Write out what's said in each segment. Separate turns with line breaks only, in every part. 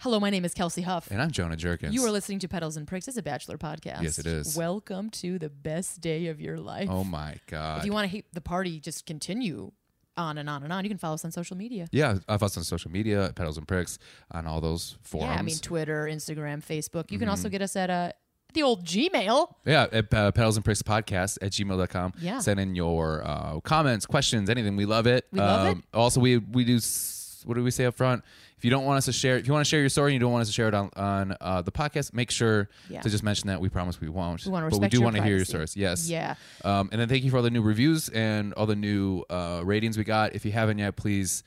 Hello, my name is Kelsey Huff.
And I'm Jonah Jerkins.
You are listening to Petals and Pricks. It's a bachelor podcast.
Yes, it is.
Welcome to the best day of your life.
Oh my God.
If you want to hate the party, just continue on and on and on. You can follow us on social media.
yeah, I've us on social media, at Pedals and Pricks, on all those forums. Mm-hmm.
Yeah, I mean Twitter, Instagram, Facebook. You can also get us at uh, the old Gmail.
Yeah, at uh, Pedals and Pricks Podcast at gmail.com.
Yeah.
Send in your uh, comments, questions, anything. We love it.
We love
it. Also, we, we do, s- what do we say up front? If you don't want us to share, if you want to share your story and you don't want us to share it on, on uh, the podcast, make sure
Yeah.
to just mention that. We promise we won't.
We wanna
but we
respect
do
your
want to hear your
privacy.
stories. Yes.
Yeah.
Um, and then thank you for all the new reviews and all the new uh, ratings we got. If you haven't yet, please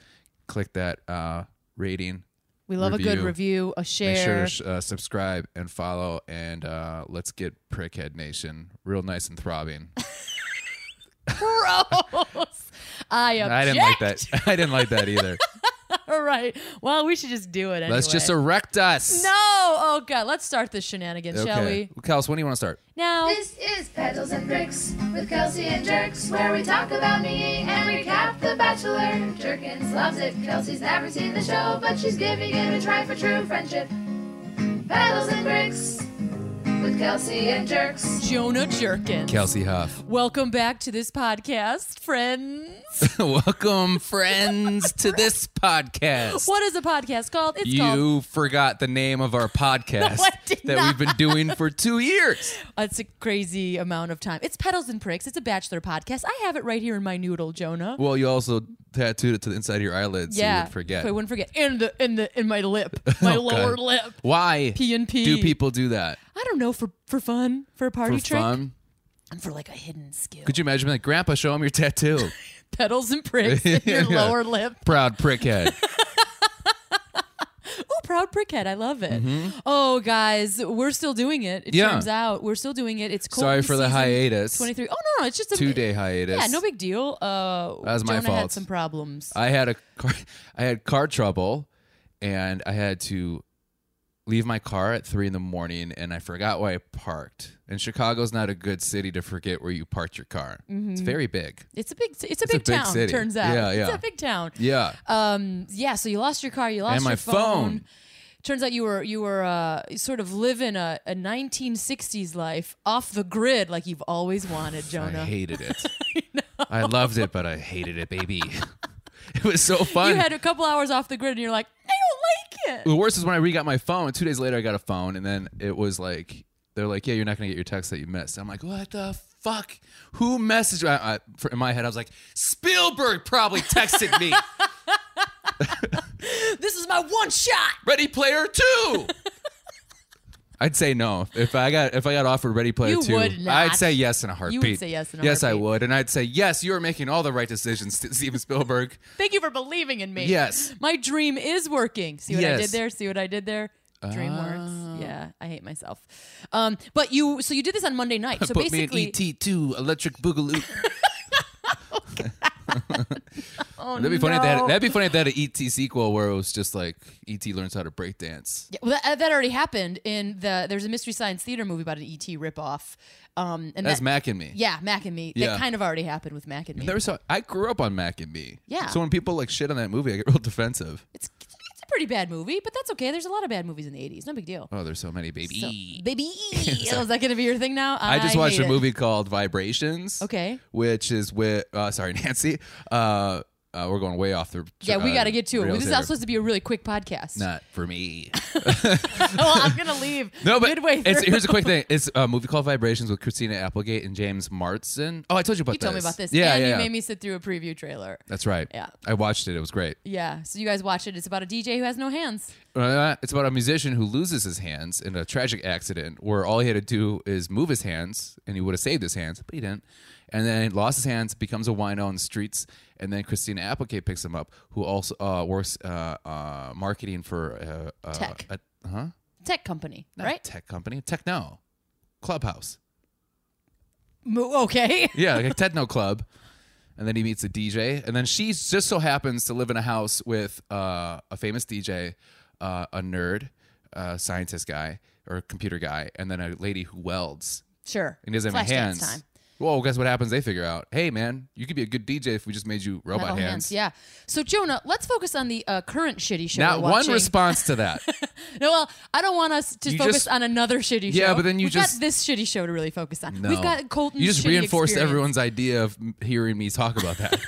click that uh, rating.
We love a good review,
Review.
a
Make sure
share.
to sh- uh, subscribe and follow, and uh, let's get Prickhead Nation real nice and throbbing.
Gross. I object.
I didn't like that. I didn't like that either.
All right. Well, we should just do it anyway.
Let's just erect us.
No. Oh god. Let's start this shenanigans, shall we?
Kels, when do you want to start?
Now.
This is Pedals and Bricks with Kelsey and Jerks, where we talk about me and recap The Bachelor. Jerkins loves it. Kelsey's never seen the show, but she's giving it a try for true friendship. Pedals and Bricks with Kelsey and Jerks.
Jonah Jerkins.
Kelsey Huff.
Welcome back to this podcast, friends.
Welcome, friends, to this podcast.
What is a podcast called? It's called
You forgot the name of our podcast
I did
that we've been doing for two years.
oh, It's a crazy amount of time. It's Petals and Pricks. It's a bachelor podcast. I have it right here in my noodle, Jonah.
Well, you also tattooed it to the inside of your eyelid, so you would forget.
So I wouldn't forget. In the in the in my lip, my
Oh, God.
lower lip.
Why
P&P.
do people do that?
I don't know for for fun, for a party
For
trick,
fun?
and for like a hidden skill.
Could you imagine being like, Grandpa, show him your tattoo?
Petals and Pricks in your
Yeah.
lower lip.
Proud prickhead.
Oh, proud prickhead. I love it. Oh, guys, we're still doing it. It
Mm-hmm. Yeah.
turns out we're still doing it. It's cold.
Sorry for the hiatus.
Twenty three. Oh no, no, it's just a
Two day hiatus.
Yeah, no big deal. Uh,
That was my
Jonah had
fault.
some problems.
I had a car, I had car trouble, and I had to leave my car at three in the morning, and I forgot where I parked. And Chicago's not a good city to forget where you parked your car.
Mm-hmm.
It's very big.
It's a big. It's a big
big
town.
city.
Turns out.
Yeah,
It's
yeah.
a big town.
Yeah,
Um. Yeah. So you lost your car. You lost
and my
your
phone.
Turns out you were you were uh, sort of living a, a 1960s life off the grid like you've always wanted,
I
Jonah.
hated it. I, loved it, but I hated it, baby. it was so fun.
you had a couple hours off the grid and you're like, I don't like it.
the worst is when I re got my phone. Two days later, I got a phone, and then it was like, they're like, yeah, you're not going to get your text that you missed. I'm like, what the fuck? Who messaged? I, I, for, in my head, I was like, Spielberg probably texted me.
This is my one shot.
Ready Player Two. I'd say no if I got if I got offered Ready Player
You
Two.
would not.
I'd say yes in a heartbeat.
say yes in a
yes, I
heartbeat.
would, and I'd say yes. You are making all the right decisions, St- Steven Spielberg.
Thank you for believing in me.
Yes.
My dream is working. See what I
Yes.
did there? See what I did there? Dream
Ah.
works. Yeah, I hate myself. Um, but you, so you did this on Monday night. So
Put me
basically,
in E ET Two, Electric Boogaloo.
oh
That'd be funny. If they had,
no.
that'd be funny if they had an ET sequel where it was just like ET learns how to break dance.
Yeah, well, that, that already happened in the. There's a mystery science theater movie about an ET ripoff. Um, and
That's
that,
Mac and Me.
Yeah, Mac and Me.
Yeah.
That kind of already happened with Mac and Me.
Never saw. I grew up on Mac and Me.
Yeah.
So when people like shit on that movie, I get real defensive.
It's it's a pretty bad movie, but that's okay. There's a lot of bad movies in the 80s. No big deal.
Oh, there's so many, baby.
So, baby, E. is that going to be your thing now?
I just watched
hate
a
it.
movie called Vibrations.
Okay.
Which is with uh, sorry Nancy. Uh, uh, we're going way off the.
Yeah, we
uh,
got to get to it.
rails
This is
here.
not supposed to be a really quick podcast.
not for me.
well, I'm gonna leave.
No, but
midway through.
it's, here's a quick thing. It's a movie called Vibrations with Christina Applegate and James Martson. Oh, I told you about
you
this.
told me about this.
Yeah,
and
yeah.
you
yeah.
made me sit through a preview trailer.
That's right.
Yeah.
I watched it. It was great.
Yeah, so you guys watch it. It's about a DJ who has no hands.
Uh, it's about a musician who loses his hands in a tragic accident where all he had to do is move his hands and he would have saved his hands, but he didn't. And then lost his hands, becomes a wino on the streets, and then Christina Applegate picks him up, who also uh, works uh, uh, marketing for uh, uh,
Tech.
a- huh?
Tech company,
Not
right?
a tech company, techno, clubhouse.
Mo- okay.
Yeah, like a techno club. And then he meets a DJ, and then she just so happens to live in a house with uh, a famous DJ, uh, a nerd, a scientist guy or a computer guy, and then a lady who welds
Sure.
and doesn't have
Flash
any
dance
hands.
time.
Well, guess what happens? They figure out, hey man, you could be a good DJ if we just made you robot
Metal
hands.
Yeah. So Jonah, let's focus on the uh, current shitty show.
Not
we're
one
watching.
response to that.
No, well, I don't want us to
You
focus
just-
on another shitty show.
Yeah, but then you
We've
just-
got this shitty show to really focus on.
No.
We've got Colton's
You just
shitty
reinforced
experience.
everyone's idea of m- hearing me talk about that.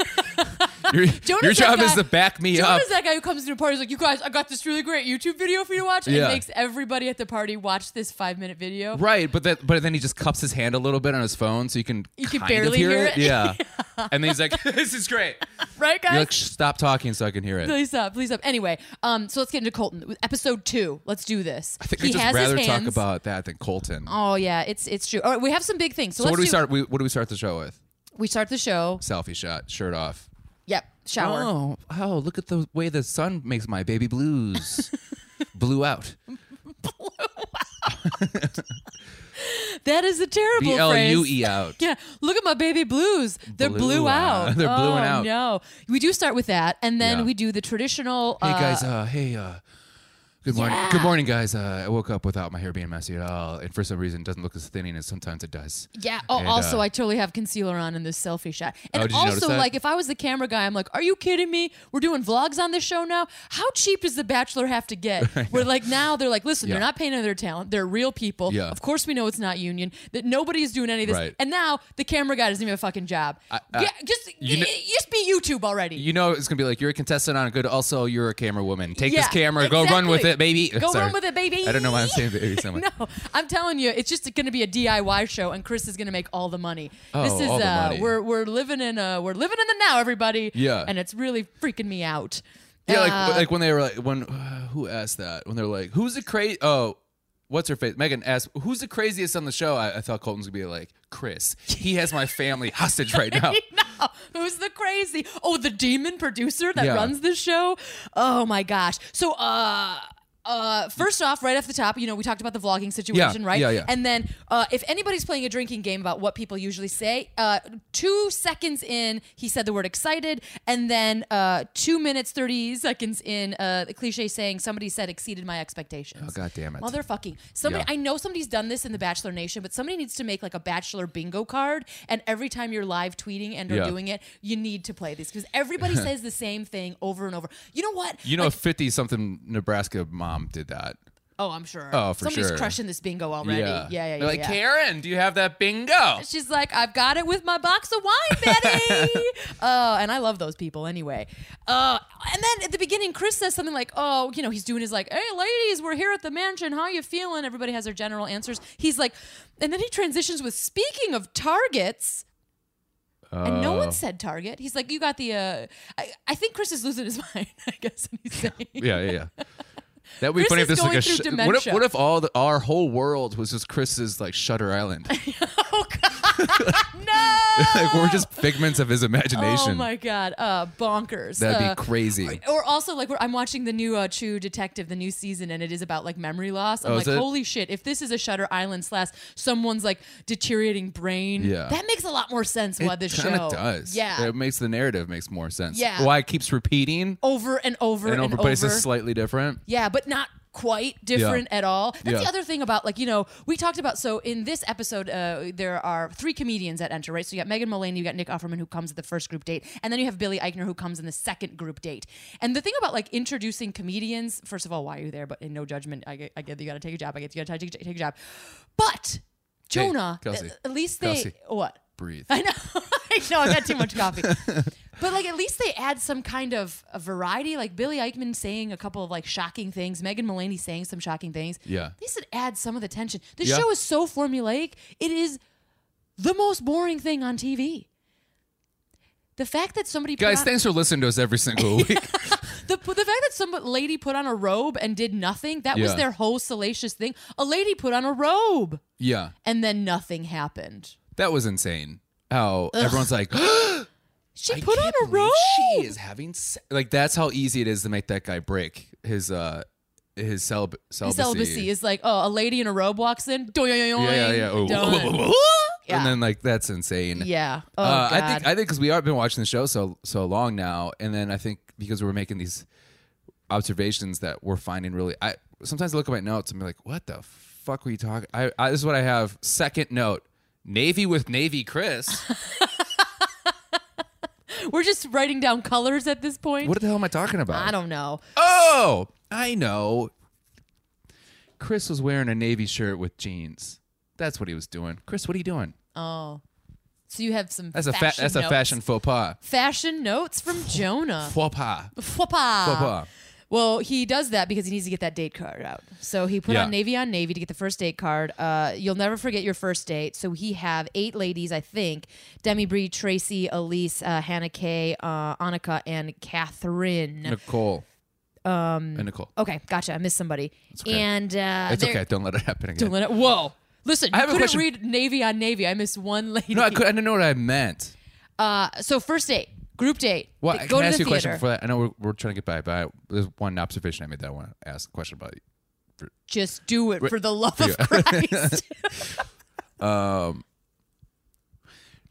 your your
Jonah's
job
that
is
guy-
to back me
Jonah's
up.
that guy who comes to a party is like, you guys, I got this really great YouTube video for you to watch.
Yeah.
And makes everybody at the party watch this five minute video.
Right, but that, but then he just cups his hand a little bit on his phone so you can
You can
kind of
barely
hear,
hear it.
it. Yeah. and then he's like, "This is great."
Right, guys?
You're like, "Shh, "Stop talking so I can hear it."
Please stop. Please stop. Anyway, um, so let's get into Colton. Episode two. Let's do this.
I think I just rather talk about that than Colton.
Oh yeah, it's it's true. All right, we have some big things. So,
so
let's
what do we
do-
start? We, what do we start the show with?
We start the show.
Selfie shot, shirt off.
Yep. Shower.
Oh, oh, look at the way the sun makes my baby blues. Blew out.
That is a terrible
B L U
phrase.
E out.
Yeah, look at my baby blues. They're
Blew
blue
out.
out.
They're
oh,
bluing out.
No, we do start with that, and then
Yeah.
we do the traditional.
Hey
uh,
guys, uh, hey, uh, good morning. Good morning, guys. Uh, I woke up without my hair being messy at all, and for some reason, it doesn't look as thinning as sometimes it does.
Yeah. Oh,
And,
also,
uh,
I totally have concealer on in this selfie shot. And
Oh, did you notice
also,
that?
like, if I was the camera guy, I'm like, are you kidding me? We're doing vlogs on this show now. How cheap does The Bachelor have to get? Where, like, now they're like, listen,
Yeah.
they're not paying their talent. They're real people.
Yeah.
Of course, we know it's not union, that nobody's doing any of this.
Right.
And now the camera guy doesn't even have a fucking job.
I-
yeah, just,
you kn-
just be YouTube already.
You know, it's gonna be like you're a contestant on good. Also, you're a camera woman. Take this
Yeah,
camera, go run with
exactly.
it, baby.
Go
Sorry.
run with it, baby.
I don't know why I'm saying baby so much.
No, I'm telling you, it's just going to be a DIY show, and Chris is going to make all the money.
Oh,
this is
all the
uh,
money.
we're we're living in a we're living in the now, everybody.
Yeah.
and it's really freaking me out.
Yeah,
Uh,
like like when they were like when uh, who asked that when they're like who's the crazy oh what's her face Megan asked who's the craziest on the show I, I thought Colton's gonna be like Chris he has my family hostage right now
no, who's the crazy? Oh, the demon producer that
Yeah.
runs this show. Oh my gosh. So, uh. Uh, first off, right off the top, you know, we talked about the vlogging situation, right?
yeah, yeah.
And then, uh, if anybody's playing a drinking game about what people usually say, uh, two seconds in, he said the word excited, and then uh, two minutes thirty seconds in, uh, the cliche saying somebody said exceeded my expectations.
Oh, God damn it.
Motherfucking somebody!
Yeah.
I know somebody's done this in the Bachelor Nation, but somebody needs to make like a Bachelor bingo card, and every time you're live tweeting and or
Yeah.
doing it, you need to play these because everybody says the same thing over and over. You know what?
you know a fifty something Nebraska mom did that
Oh, I'm sure.
Oh, for
Somebody's
sure.
crushing this bingo already. Yeah, yeah, yeah.
They're like
yeah.
Karen do you have that bingo
She's like, I've got it with my box of wine, Betty. Oh, and I love those people anyway. Uh, and then at the beginning, Chris says something like, "Oh, you know, he's doing his like, hey, ladies, we're here at the mansion. How you feeling?" Everybody has their general answers. He's like, and then he transitions with, "Speaking of targets." And no
Oh.
one said Target. He's like, you got the. Uh, I, I think Chris is losing his mind. I guess and he's saying,
yeah yeah yeah. That would be
Chris
funny if
is
this was like a
going through
what if
dementia.
what if all the, our whole world was just Chris's like Shutter Island
"Oh God, no!"
like we're just figments of his imagination
Oh my God, uh, bonkers.
that'd
Uh,
be crazy
Or also, like, we're, I'm watching the new uh, True Detective, the new season, and it is about like memory loss. I'm
Oh, is
like,
it?
holy shit! If this is a Shutter Island slash someone's like deteriorating brain,
Yeah.
that makes a lot more sense. Why this
kinda
show
does.
yeah,
It makes the narrative makes more sense.
Yeah.
Why it keeps repeating
over and over
and
and,
over, but it's just slightly different.
Yeah, but not quite different at all. That's
Yeah.
the other thing about like you know we talked about. So in this episode, uh, there are three comedians that enter, right? So you got Megan Mullane, you got Nick Offerman who comes at the first group date, and then you have Billy Eichner who comes in the second group date. And the thing about like introducing comedians, first of all, why are you there? But in no judgment, I get, I get that you got to take a job. I get that you got to take, take a job, but Jonah,
Kelsey.
at- at least they
Kelsey.
what
Breathe.
I know. I know. I got too much coffee. But like, at least they add some kind of a variety. Like Billy Eichmann saying a couple of like shocking things. Megan Mulaney saying some shocking things.
Yeah.
At least it adds some of the tension. The
Yeah.
show is so formulaic. It is the most boring thing on TV. The fact that somebody put
Guys,
on-
thanks for listening to us every single week.
the, the fact that some lady put on a robe and did nothing that was
Yeah.
their whole salacious thing. A lady put on a robe
yeah.
and then nothing happened.
That was insane. How everyone's like, I
She put on
can't
a
believe
robe.
She is having se-. like that's how easy it is to make that guy break his uh his celib- celibacy.
celibacy is like, oh, a lady in a robe walks in. doyoyoyoing,
yeah, yeah, yeah. Oh,
done.
And
Yeah.
then like that's insane.
Yeah. Oh,
uh, I
God.
think I think because we have been watching the show so so long now, and then I think because we're making these observations that we're finding really. I sometimes I look at my notes and be like, "What the fuck were you talking?" I, I this is what I have. Second note: Navy with Navy Chris.
We're just writing down colors at this point.
what the hell am Oh, I talking about?
I don't know.
Oh, I know. Chris was wearing a navy shirt with jeans. That's what he was doing. Chris, what are you doing?
Oh, so you have some.
That's a
fashion
fa- that's a
notes. Uh,
fashion faux pas.
Fashion notes from Jonah.
Faux pas.
Fwapa.
Faux pas.
Well, he does that because he needs to get that date card out. So he put
Yeah.
on Navy on Navy to get the first date card. Uh, you'll never forget your first date. So he have eight ladies, I think: Demi Bree, Tracy, Elise, uh, Hannah Kay, uh, Annika, and Catherine.
Nicole. Um. And Nicole.
Okay, gotcha. I missed somebody.
okay.
And uh,
It's
oh, there-
okay. Don't let it happen again.
Don't let it. Whoa. Listen,
I
you
have a
couldn't
question.
read Navy on Navy. I missed one lady.
no, I, could, I didn't know what I meant.
Uh, so first date, group date.
Well,
They
I
go
can
to
I ask
the
you a question
theater.
before that. I know we're, we're trying to get by, but I, there's one observation I made that I want to ask a question about.
Just do it for the love
for
of
you.
Christ.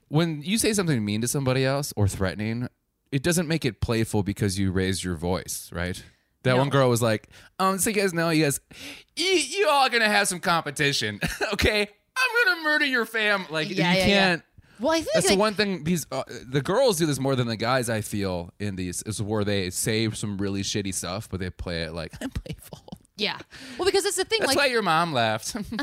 When you say something mean to somebody else or threatening, it doesn't make it playful because you raise your voice, right? That
No.
one girl was like, um, so you guys know, you guys, you, you all going to have some competition, okay? I'm going to murder your fam. Like,
Yeah,
you
yeah, yeah.
can't.
well, I think
That's
like,
the one thing these uh, the girls do this more than the guys. I feel in these is where they say some really shitty stuff, but they play it like I'm playful.
yeah. Well, because it's the thing.
That's
like,
why your mom laughed.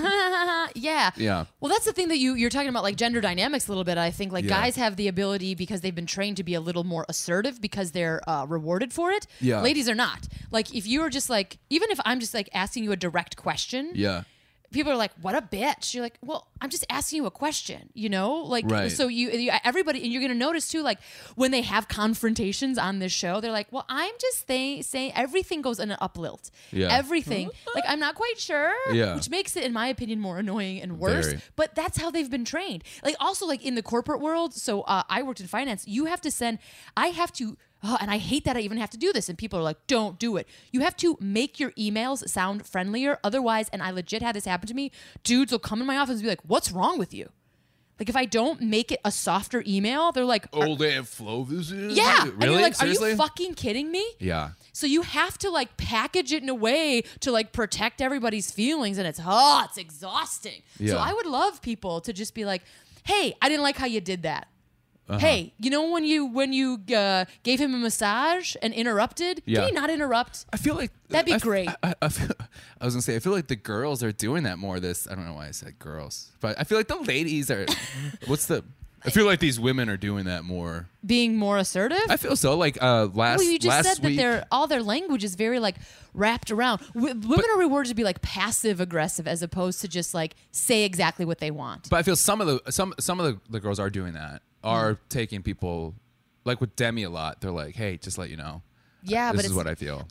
yeah.
Yeah.
Well, that's the thing that you you're talking about, like gender dynamics a little bit. I think like
Yeah.
guys have the ability because they've been trained to be a little more assertive because they're uh, rewarded for it.
Yeah.
Ladies are not. Like if you are just like, even if I'm just like asking you a direct question,
yeah.
people are like, "What a bitch!" You're like, "Well, I'm just asking you a question," you know, like
Right.
so you, you everybody, and you're gonna notice too, like when they have confrontations on this show, they're like, "Well, I'm just saying, saying everything goes in an uplift,
Yeah.
everything." like I'm not quite sure,
Yeah.
which makes it, in my opinion, more annoying and worse.
Very.
But that's how they've been trained. Like also, like in the corporate world, so uh, I worked in finance. You have to send. I have to. Oh, and I hate that I even have to do this. And people are like, don't do it. You have to make your emails sound friendlier. Otherwise, and I legit had this happen to me, dudes will come in my office and be like, what's wrong with you? Like, if I don't make it a softer email, they're like,
Oh, they have flow vision.
yeah.
really?
And you're like, are
Seriously?
you fucking kidding me?
yeah.
So you have to like package it in a way to like protect everybody's feelings, and it's oh, it's exhausting.
Yeah.
So I would love people to just be like, "Hey, I didn't like how you did that."
Uh-huh.
Hey, you know when you when you uh, gave him a massage and interrupted?
Yeah.
Can you not interrupt?
I feel like
That'd be
I f-
great.
I, I- I feel- I was gonna say I feel like the girls are doing that more. This I don't know why I said girls, but I feel like the ladies are. what's the? I feel like these women are doing that more.
Being more assertive.
I feel so. Like uh, last
well, you just
last
said
week,
that their all their language is very like wrapped around. W- women are rewarded to be like passive aggressive as opposed to just like say exactly what they want.
But I feel some of the some some of the, the girls are doing that. Are
Mm.
taking people like with Demi a lot. They're like, hey, just let you know.
yeah,
this
but
is
it's
what I feel.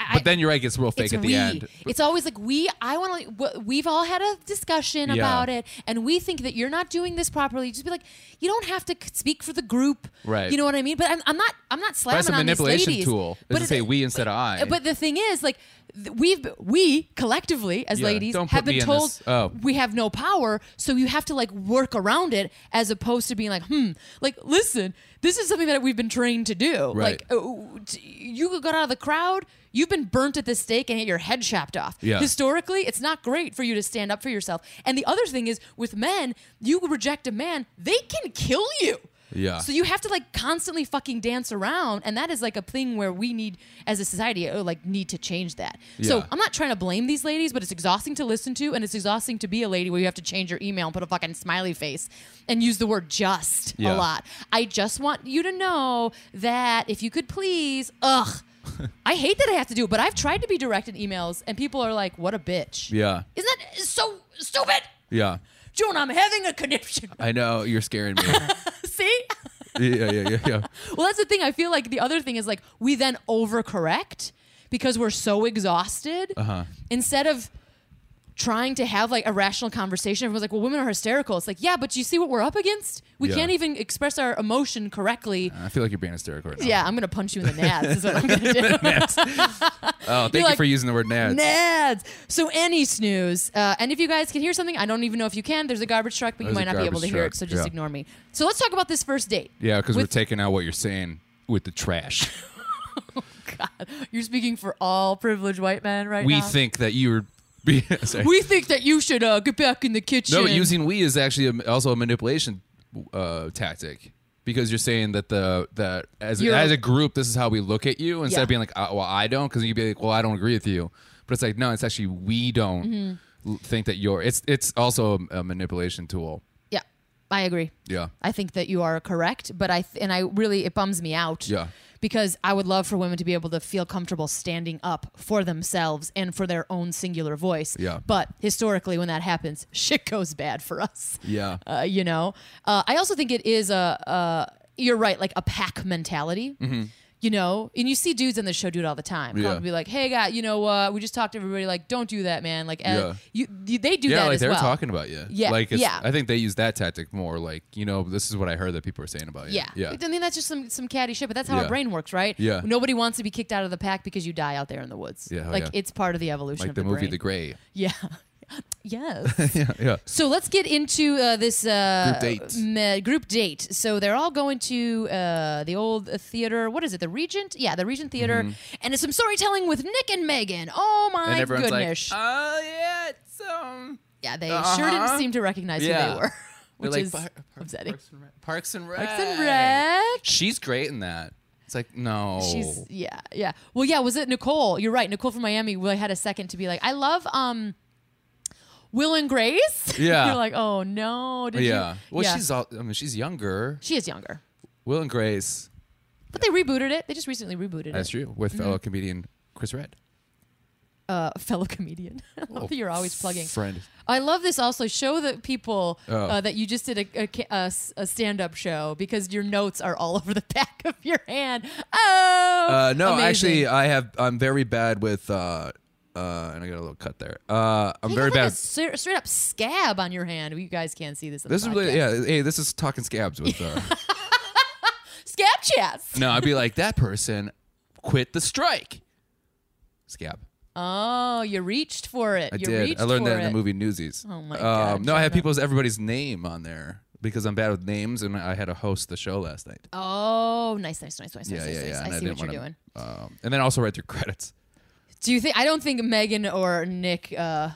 I-
But then you're right, it gets real fake
it's
at the
we.
end.
It's always like we. I want to. We've all had a discussion
Yeah.
about it, and we think that you're not doing this properly. Just be like, you don't have to c- speak for the group,
Right.
You know what I mean? But I'm, I'm not. I'm not slamming
That's a
on
manipulation
these ladies.
tool. Is
But
to
it-
say we instead of I.
But the thing is, like, th- we've we collectively as
Yeah,
ladies
don't
have
put
been
me in
told
this. Oh.
we have no power, so you have to like work around it as opposed to being like, hmm, like listen, this is something that we've been trained to do.
Right.
Like, oh, t- you got out of the crowd, you've been burnt at the stake and had your head chopped off.
Yeah.
Historically, it's not great for you to stand up for yourself. And the other thing is, with men, you reject a man, they can kill you.
Yeah.
So you have to like constantly fucking dance around, and that is like a thing where we need, as a society, uh, like need to change that. So
Yeah.
I'm not trying to blame these ladies, but it's exhausting to listen to, and it's exhausting to be a lady where you have to change your email and put a fucking smiley face and use the word "just" a
Yeah.
lot. I just want you to know that if you could please, ugh. I hate that I have to do it, but I've tried to be direct in emails, and people are like, "What a bitch!"
yeah,
Isn't that so stupid,
yeah.
Joan? I'm having a conniption.
I know you're scaring me.
See.
yeah, yeah, yeah, yeah.
Well, that's the thing. I feel like the other thing is like we then overcorrect because we're so exhausted.
Uh-huh.
Instead of trying to have like a rational conversation, everyone's like, "Well, women are hysterical." It's like, yeah, but you see what we're up against. We
Yeah.
can't even express our emotion correctly.
I feel like you're being hysterical right now.
Yeah, I'm gonna punch you in the nads. is what I'm gonna do.
Oh, thank you
like,
for using the word nads.
Nads. So any snooze. Uh, and if you guys can hear something, I don't even know if you can. There's a garbage truck, but you
There's a
might not be able to
garbage
hear it.
truck,
So just
yeah.
ignore me. So let's talk about this first date.
yeah, because we're
With-
taking out what you're saying with the trash.
God, you're speaking for all privileged white men right
we
now.
think that you were. Be, sorry.
we think that you should uh, get back in the kitchen.
no, but using "we" is actually a, also a manipulation uh, tactic because you're saying that the that as
You're-
as a group, this is how we look at you instead
Yeah.
of being like, uh, "Well, I don't," because you'd be like, "Well, I don't agree with you," But it's like, no, it's actually we don't
Mm-hmm.
l- think that you're. It's it's also a, a manipulation tool.
Yeah, I agree.
Yeah.
I think that you are correct, but I th- and I really it bums me out.
Yeah.
Because I would love for women to be able to feel comfortable standing up for themselves and for their own singular voice.
Yeah.
But historically, when that happens, shit goes bad for us.
Yeah.
Uh, you know, uh, I also think it is a, a you're right, like a pack mentality. You know, and you see dudes in the show do it all the time.
Mm-hmm. Yeah.
Come Be like, hey, guy, you know, uh, we just talked to everybody. Like, don't do that, man. Like,
Yeah.
uh you, you, they do
yeah,
that
like
as
they're
well.
talking about you.
Yeah,
Like it's,
yeah.
I think they use that tactic more. Like you know, this is what I heard that people are saying about you.
Yeah.
Yeah.
I mean, that's just some, some catty shit, but that's how
Yeah.
our brain works, right?
Yeah.
Nobody wants to be kicked out of the pack because you die out there in the woods.
Yeah, oh,
like,
yeah.
it's part of the evolution
Like
of
the,
the,
movie
brain.
The Gray.
yeah. yes.
yeah. Yeah.
So let's get into uh, this uh,
Group date.
me- group date. So they're all going to uh, the old uh, theater. What is it? The Regent? Yeah, the Regent Theater. And it's some storytelling with Nick and Megan. Oh my
Mm-hmm. And everyone's
goodness!
like, oh yeah, it's um.
yeah, they sure
uh-huh.
didn't seem to recognize who
Yeah.
they were,
They're
which
like,
is
"Par- par-
upsetting.
Parks and Rec. Parks and Rec.
Parks and Rec.
She's great in that. It's like no.
She's yeah, yeah. Well, yeah. Was it Nicole? You're right. Nicole from Miami. Well, I had a second to be like, I love um, Will and Grace.
Yeah.
You're like, oh no, did
yeah.
you?
Well, she's all. I mean, she's younger.
she is younger,
Will and Grace.
but they rebooted it. They just recently rebooted
That's
it.
true. With
Mm-hmm.
fellow comedian Chris Red.
Uh, fellow comedian. I love
Oh.
that you're always plugging.
Friend.
I love this also. Show the people
Oh.
uh, that you just did a, a ca- a s- a stand-up show because your notes are all over the back of your hand. Oh,
Uh, no,
Amazing.
actually, I have. I'm very bad with. Uh, uh, and I got a little cut there. Uh, I'm
You
very
got like
bad.
a ser- straight up scab on your hand. You guys can't see this. on the
this is
podcast.
really, yeah. Hey, this is talking scabs with. Uh,
Scab chats.
no, I'd be like that person quit the strike. Scab.
Oh, you reached for it.
I
you
did.
Reached
I learned
for
that in the
it.
movie Newsies. Um,
Oh my God,
No, I had
Jonah.
people's everybody's name on there because I'm bad with names, and I had to host the show last night.
Oh, nice, nice, nice, nice,
yeah,
nice,
yeah,
nice,
yeah.
nice.
and
I see what you're
didn't
doing.
wanna- Um, and then I also read through credits.
Do you think? I don't think Megan or Nick uh,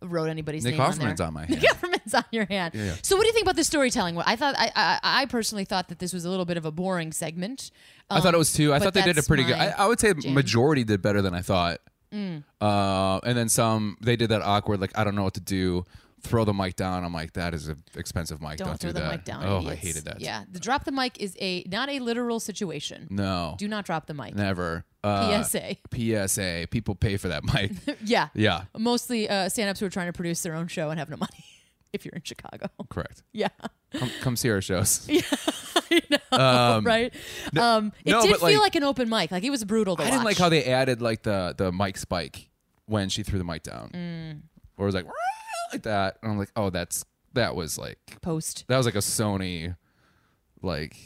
wrote anybody's
Nick
name
Hoffman's on
on
my
there.
hand.
Nick Hoffman's on your hand.
yeah.
So, what do you think about the storytelling? Well, I thought I, I, I personally thought that this was a little bit of a boring segment. Um,
I thought it was two. I
Oh, but
thought they did a
that's
pretty good. I,
my Mm.
I would say majority did better than I thought. Uh, and then some they did that awkward like I don't know what to do. Throw the mic down. I'm like that is an expensive mic.
Don't,
Don't,
throw
do
the
that.
mic down.
oh, I
idiots.
hated that. Mm.
Yeah, the drop the mic is a not a literal situation.
No.
Do not drop the mic.
never. Uh,
PSA.
PSA. People pay for that mic.
yeah.
yeah.
Mostly uh, stand-ups who are trying to produce their own show and have no money. If you're in Chicago.
Correct.
Yeah.
Come, come see our shows. Um,
I know, right? um, it
no,
did
but,
feel
like-
like, an open mic. Like it was brutal to
I
watch.
didn't like how they added like the the mic spike when she threw the mic down,
Mm.
or it was like "Wah!" like that, and I'm like, oh, that's that was like
post.
that was like a Sony, like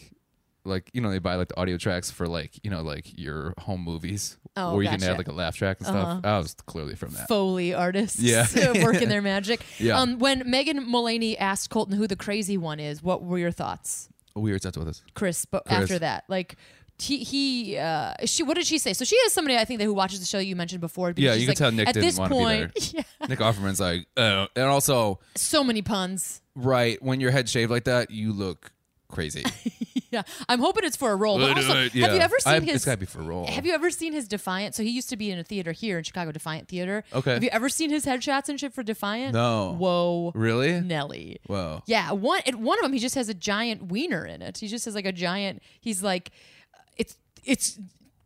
like you know they buy like the audio tracks for like you know like your home movies
Oh,
where you can
gotcha. Uh-huh.
add like a laugh track and stuff. I was clearly from that.
Foley artists
Yeah.
working their magic.
Yeah.
Um, when Megan Mullaney asked Colton who the crazy one is, what were your thoughts,
Weird touch with us.
Chris? But
Chris.
after that, like he, he uh, she, what did she say? So she is somebody I think that who watches the show you mentioned before. because
Yeah, you
she's like,
can tell Nick
at
didn't
this
wanna be
point, yeah,
Nick Offerman's like, uh, and also
so many puns.
right when your head shaved like that, you look crazy.
Yeah, I'm hoping it's for a role. But
Uh,
also,
yeah.
have you ever seen
I-
his?
It's gotta be for role.
Have you ever seen his Defiant? So he used to be in a theater here in Chicago, Defiant Theater.
Okay.
Have you ever seen his headshots and shit for Defiant?
No.
Whoa,
really?
Nelly.
Whoa.
Yeah, one at one of them, he just has a giant wiener in it. He just has like a giant. He's like, it's it's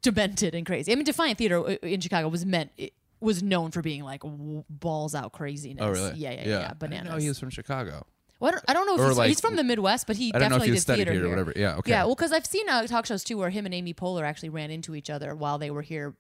demented and crazy. I mean, Defiant Theater uh, in Chicago was meant. It, was known for being like w- balls out craziness.
Oh, really?
Yeah, yeah, yeah.
I didn't
Bananas.
know he was from Chicago.
Well, I don't, I don't know if
Or,
he's,
like-
he's from the Midwest, but he
I don't know if
definitely
he
did
studied
theater
here or
here.
whatever. Yeah, okay.
Yeah, well, because I've seen uh, talk shows too where him and Amy Poehler actually ran into each other while they were here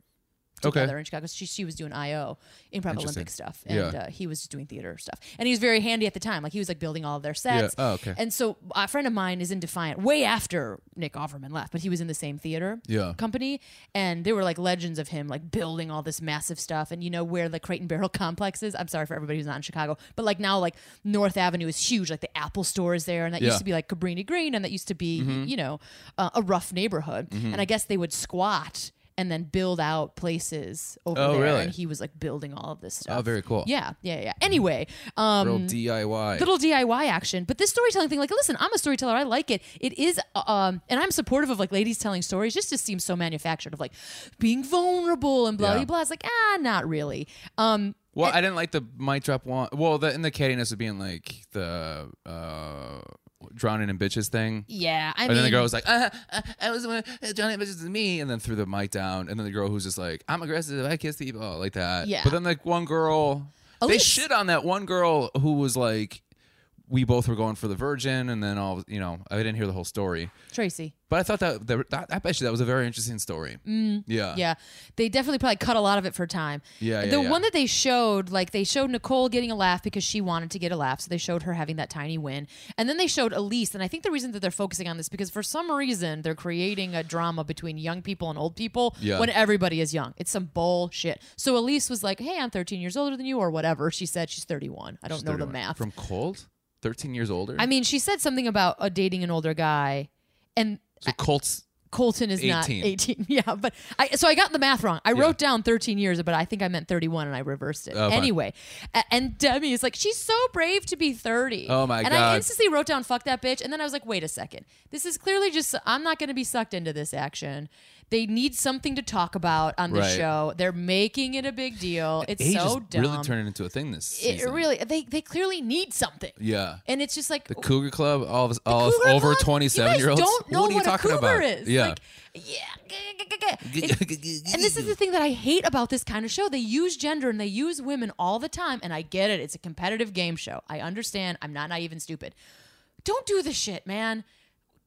Okay.
together in Chicago. She, she was doing IO, Improv Olympic stuff, and
Yeah.
uh, he was just doing theater stuff. And he was very handy at the time. Like he was like building all of their sets.
Oh, okay.
And so a friend of mine is in Defiant way after Nick Offerman left, but he was in the same theater
Yeah.
company, and they were like legends of him like building all this massive stuff. And you know where the Crate and Barrel complex is. I'm sorry for everybody who's not in Chicago, but like now like North Avenue is huge. Like the Apple store is there, and that
Yeah. Mm-hmm.
used to be like Cabrini Green, and that used to be you know uh, a rough neighborhood. And I guess they would squat and then build out places over
Oh,
there.
really?
And he was like building all of this stuff.
Oh, very cool.
Yeah, yeah, yeah. Anyway, um,
Real DIY.
little DIY action. But this storytelling thing, like, listen, I'm a storyteller. I like it. It is, um, and I'm supportive of like ladies telling stories. Just to seem so manufactured of like being vulnerable and blah
Yeah.
blah blah. It's like ah, not really. Um,
well, I didn't like the mic drop one. Well, the, and the cattiness of being like the uh, drowning in bitches thing.
yeah, I
And
mean,
then the girl was like, uh, uh, I was the one uh, drowning in bitches is me. And then threw the mic down. And then the girl who's just like, I'm aggressive. I kiss people like that.
Yeah. Oh,
But then like one girl, they
Elise-
shit on that one girl who was like, we both were going for the virgin. And then all, you know, I didn't hear the whole story.
Tracy.
But I thought that, that, that I bet you that was a very interesting story. Yeah.
Mm. Yeah, they definitely probably cut a lot of it for time.
Yeah, yeah,
the
yeah.
one that they showed, like they showed Nicole getting a laugh because she wanted to get a laugh, so they showed her having that tiny win, and then they showed Elise. And I think the reason that they're focusing on this because for some reason they're creating a drama between young people and old people
Yeah.
when everybody is young. It's some bullshit. So Elise was like, "Hey, I'm 13 years older than you," or whatever she said. She's 31. I don't know the
31.
math.
From Colt? 13 years older?
I mean, she said something about uh, dating an older guy, and
so Colt's.
Colton is not
18.
18. Yeah, but I so I got the math wrong. I wrote down 13 years, but I think I meant 31 and I reversed it.
Oh, fine.
anyway, a- and Demi is like, she's so brave to be 30.
Oh, my
and And
God.
I instantly wrote down, fuck that bitch. And then I was like, wait a second. This is clearly just, I'm not going to be sucked into this action. They need something to talk about on the
Right.
show. They're making it a big deal. It's
Age
so
is
dumb.
really turning into a thing this
it
season.
really, they, they clearly need something.
Yeah.
And it's just like,
The Cougar Club, all of, all of
Oh. Cougar
Oh, over
Club?
27 year olds.
You guys don't know
what are you
a
talking
cougar
about?
is.
Yeah.
Like, yeah. It's- and this is the thing that I hate about this kind of show. They use gender and they use women all the time. And I get it. It's a competitive game show. I understand. I'm not naive and stupid. Don't do this shit, man.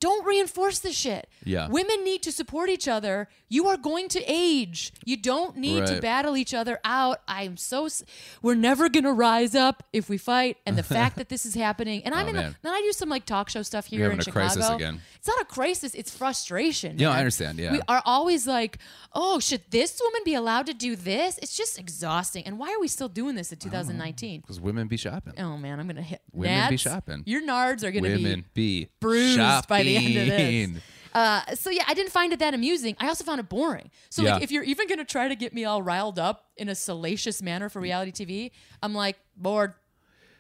Don't reinforce this shit.
Yeah.
Women need to support each other. You are going to age. You don't need to
Right.
battle each other out. I'm so. s- We're never gonna rise up if we fight. And the fact that this is happening, and I'm
Oh,
in. A,
man.
then I do some like talk show stuff here
You're
here in
having a crisis
Chicago.
again.
It's not a crisis. It's frustration.
Yeah, I
man.
understand, yeah.
we are always like, oh, should this woman be allowed to do this? It's just exhausting. And why are we still doing this in 2019?
Because women be shopping.
Oh man, I'm gonna hit.
Women be
Nats,
shopping.
Your nards are gonna
women
be
be,
bruised
shopping.
by the end of this. Uh, so yeah, I didn't find it that amusing. I also found it boring. So like,
Yeah.
if you're even gonna try to get me all riled up in a salacious manner for reality TV, I'm like bored,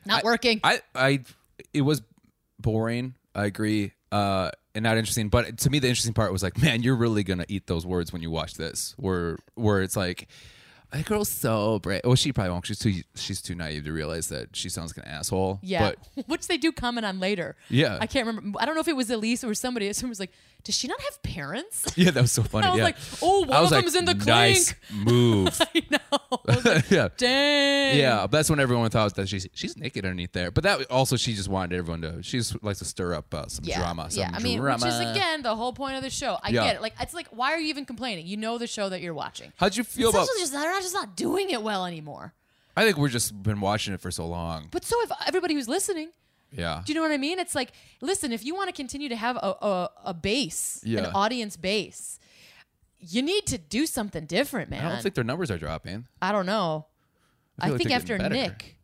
not working.
I, I, it was boring. I agree. Uh, and not interesting. But to me, the interesting part was like, man, you're really gonna eat those words when you watch this. Where, where it's like, that girl's so brave. Well, she probably won't. She's too, she's too naive to realize that she sounds like an asshole.
Yeah,
But
which they do comment on later.
Yeah.
I can't remember. I don't know if it was Elise or somebody. Someone was like, "Does she not have parents?"
yeah, that was so funny.
I was
yeah.
like, "Oh, one
I was
of
like,
them's in the
nice move.
clink." I know. I was like,
yeah.
Dang.
Yeah, but that's when everyone thought that she's she's naked underneath there. But that also she just wanted everyone to she just likes to stir up uh, some
Yeah.
drama. Some
yeah. I mean,
drama.
which is again the whole point of the show. I
Yeah.
get it. Like, it's like, why are you even complaining? You know the show that you're watching.
How'd you feel
It's
about?
also just they're not just not doing it well anymore.
I think we're just been watching it for so long.
But so if everybody who's listening,
Yeah.
Do you know what I mean? It's like, listen, if you want to continue to have a, a, a base, an
Yeah.
audience base, you need to do something different, man.
I don't think their numbers are dropping.
know.
I
I,
feel like
think
they're
after
getting better.
Nick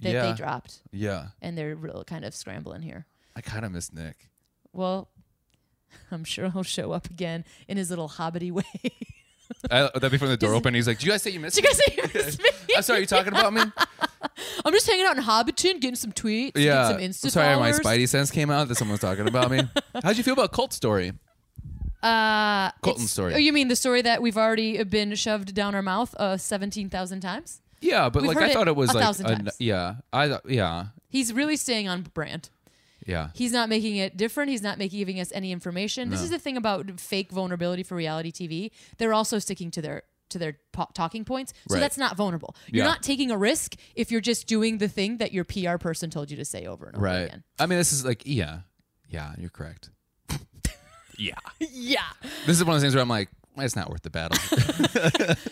that
yeah.
they dropped,
Yeah.
and they're real kind of scrambling here.
I kind of miss Nick.
Well, I'm sure he'll show up again in his little hobbity way. Did
I, that'd be from the door open. He's like, "Do you guys say you missed?"
you guys see him?
I'm sorry, you talking about me?
I'm just hanging out in Hobbiton, getting some tweets,
Yeah.
getting some Insta
sorry,
followers.
my Spidey sense came out that someone's talking about me. How'd you feel about Colt story?
Uh,
Colton's
it's-
story.
Oh, you mean the story that we've already been shoved down our mouth uh, 17,000 times?
Yeah, but
We've
like
heard
I thought
it
it was
a
like
thousand times.
yeah, I thought yeah
He's really staying on brand.
yeah.
He's not making it different. He's not making giving us any information. This is the thing about fake vulnerability for reality TV. They're also sticking to their to their po- talking points, so
Right.
that's not vulnerable. You're
Yeah.
not taking a risk if you're just doing the thing that your PR person told you to say over and over
Right.
again.
I mean, this is like, yeah, yeah, you're correct. yeah.
Yeah,
This is one of those things where I'm like, it's not worth the battle.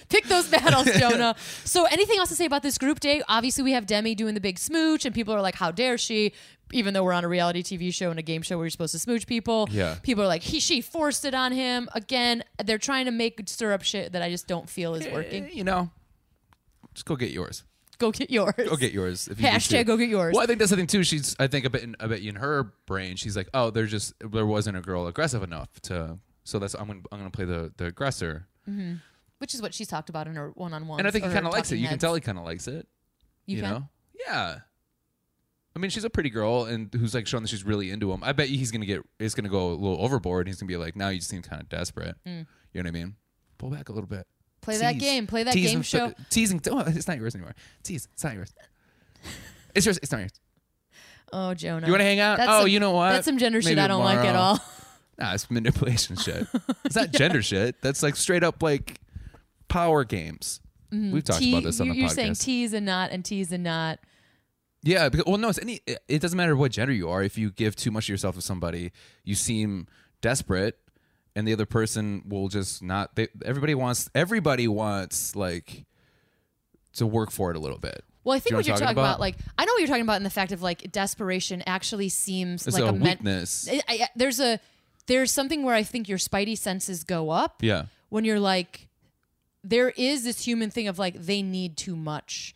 pick those battles, Jonah. So, anything else to say about this group date? Obviously, we have Demi doing the big smooch, and people are like, "How dare she?" Even though we're on a reality TV show and a game show where you're supposed to smooch people,
Yeah.
people are like, "He, she forced it on him." Again, they're trying to make stir up shit that I just don't feel is working.
Eh, you know, just go get yours.
go get yours.
Go get yours. If you need
Hashtag
to.
go get yours.
Well, I think that's the thing too. She's, I think, a bit, in, I bet you in her brain, she's like, oh, there's just there wasn't a girl aggressive enough to. So that's I'm gonna I'm gonna play the the aggressor.
which is what she's talked about in her one-on-one.
And I think he kind of likes it. You can tell he kind of likes it.
You, can?
know? Yeah. I mean, she's a pretty girl, and who's like showing that she's really into him. I bet you he's gonna get, it's gonna go a little overboard. And he's gonna be like, now you seem kind of desperate. You know what I mean? Pull back a little bit.
Mm. Play that
Tease.
game. Play that
Tease
game
him so-
show.
Teasing. Oh, it's not yours anymore. Tease. It's not yours. It's yours. It's not yours.
Oh, Jonah.
You want to hang out? oh,
some-
you know what?
That's some gender shit
Maybe
I don't like at
tomorrow.
all.
Nah, it's manipulation shit. It's not gender shit. That's like straight up like power games. We've talked
Tea-
about this on
Mm-hmm. you-
the
you're
podcast.
saying tease and not and tease and not.
Yeah, because, well, no, it's any. It it doesn't matter what gender you are. If you give too much of yourself to somebody, you seem desperate, and the other person will just not. They, everybody wants. Everybody wants like to work for it a little bit.
Well, I think
Do you know
what you're
I'm
talking about? like, I know what you're talking about in the fact of like desperation actually seems
It's
like
a
a men-
weakness.
I, I, there's a there's something where I think your spidey senses go up.
yeah,
when you're like there is this human thing of like they need too much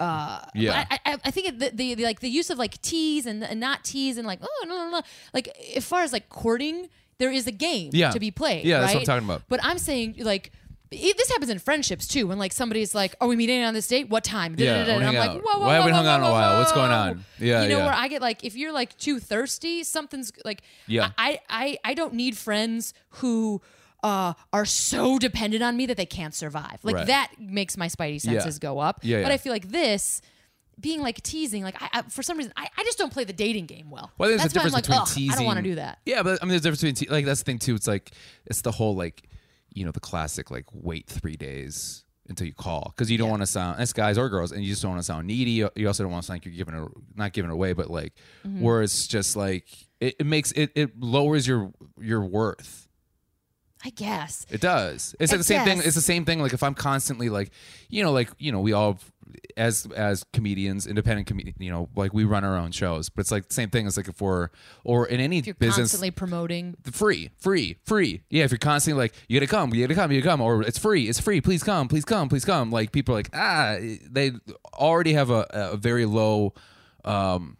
uh
Yeah.
I, I, I think the, the, the like the use of like tease and, and not tease and like oh no no no like as far as like courting there is a game
Yeah.
to be played
Yeah, that's what I'm
right?
talking about.
but i'm saying like it, this happens in friendships too when like somebody's like are we meeting on this date what time
Yeah,
Da-da-da-da. and
wanna
i'm
hang
like
out.
whoa whoa
Why
whoa,
haven't we
whoa,
hung out in a
whoa,
while? What's going
whoa.
on? Yeah,
you know
yeah.
where I get like if you're like too thirsty, something's like
Yeah.
I I I don't need friends who uh, are so dependent on me that they can't survive. Like
Right.
that makes my spidey senses go up.
Yeah,
but
yeah.
I feel like this being like teasing, like I, I for some reason I, I just don't play the dating game well.
Well, there's
That's
a
why I'm
difference
like,
between
"Ugh,
teasing.
I don't want to do that.
Yeah, but I mean, there's a difference between te- like that's the thing too. It's like it's the whole like you know the classic like wait three days until you call because you don't want to sound that's guys or girls and you just don't want to sound needy. You you also don't want to sound like you're giving a, not giving it away, but like where it's just like it, it makes it it lowers your your worth.
I guess.
It does. It's
I
the same thing.
guess.
It's the same thing. Like if I'm constantly like, you know, like you know, we all as as comedians, independent comedians, you know, like we run our own shows. But it's like the same thing. It's like if we're or in any
You're
business,
constantly promoting.
free, free, free. Yeah, if you're constantly like, you gotta come, you gotta come, you gotta come, or it's free, it's free. Please come, please come, please come. Like people are like, ah, they already have a, a very low um,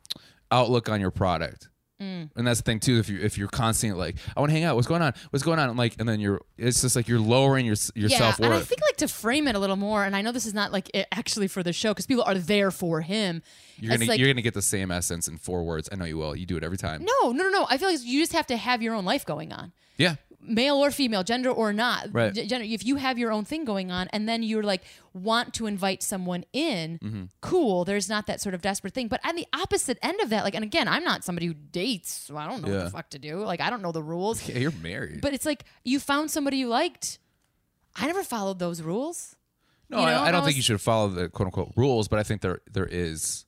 outlook on your product.
Mm.
And that's the thing too. If you if you're constantly like, I want to hang out. What's going on? What's going on? And like, and then you're, it's just like you're lowering your your
Yeah,
self
and I
worth.
think like to frame it a little more, and I know this is not like it actually for the show because people are there for him.
You're
It's
gonna
like,
you're gonna get the same essence in four words. I know you will. You do it every time.
no, no, no, no. I feel like you just have to have your own life going on.
Yeah.
male or female, gender or not,
Right.
g- gender, if you have your own thing going on and then you're like want to invite someone in,
Mm-hmm.
cool. There's not that sort of desperate thing. But on the opposite end of that, like, and again, I'm not somebody who dates, so I don't know what
Yeah.
the fuck to do. Like, I don't know the rules.
Yeah, you're married.
but it's like you found somebody you liked. I never followed those rules.
no,
you know,
I, I don't
those-
think you should follow the quote unquote rules. But I think there there is.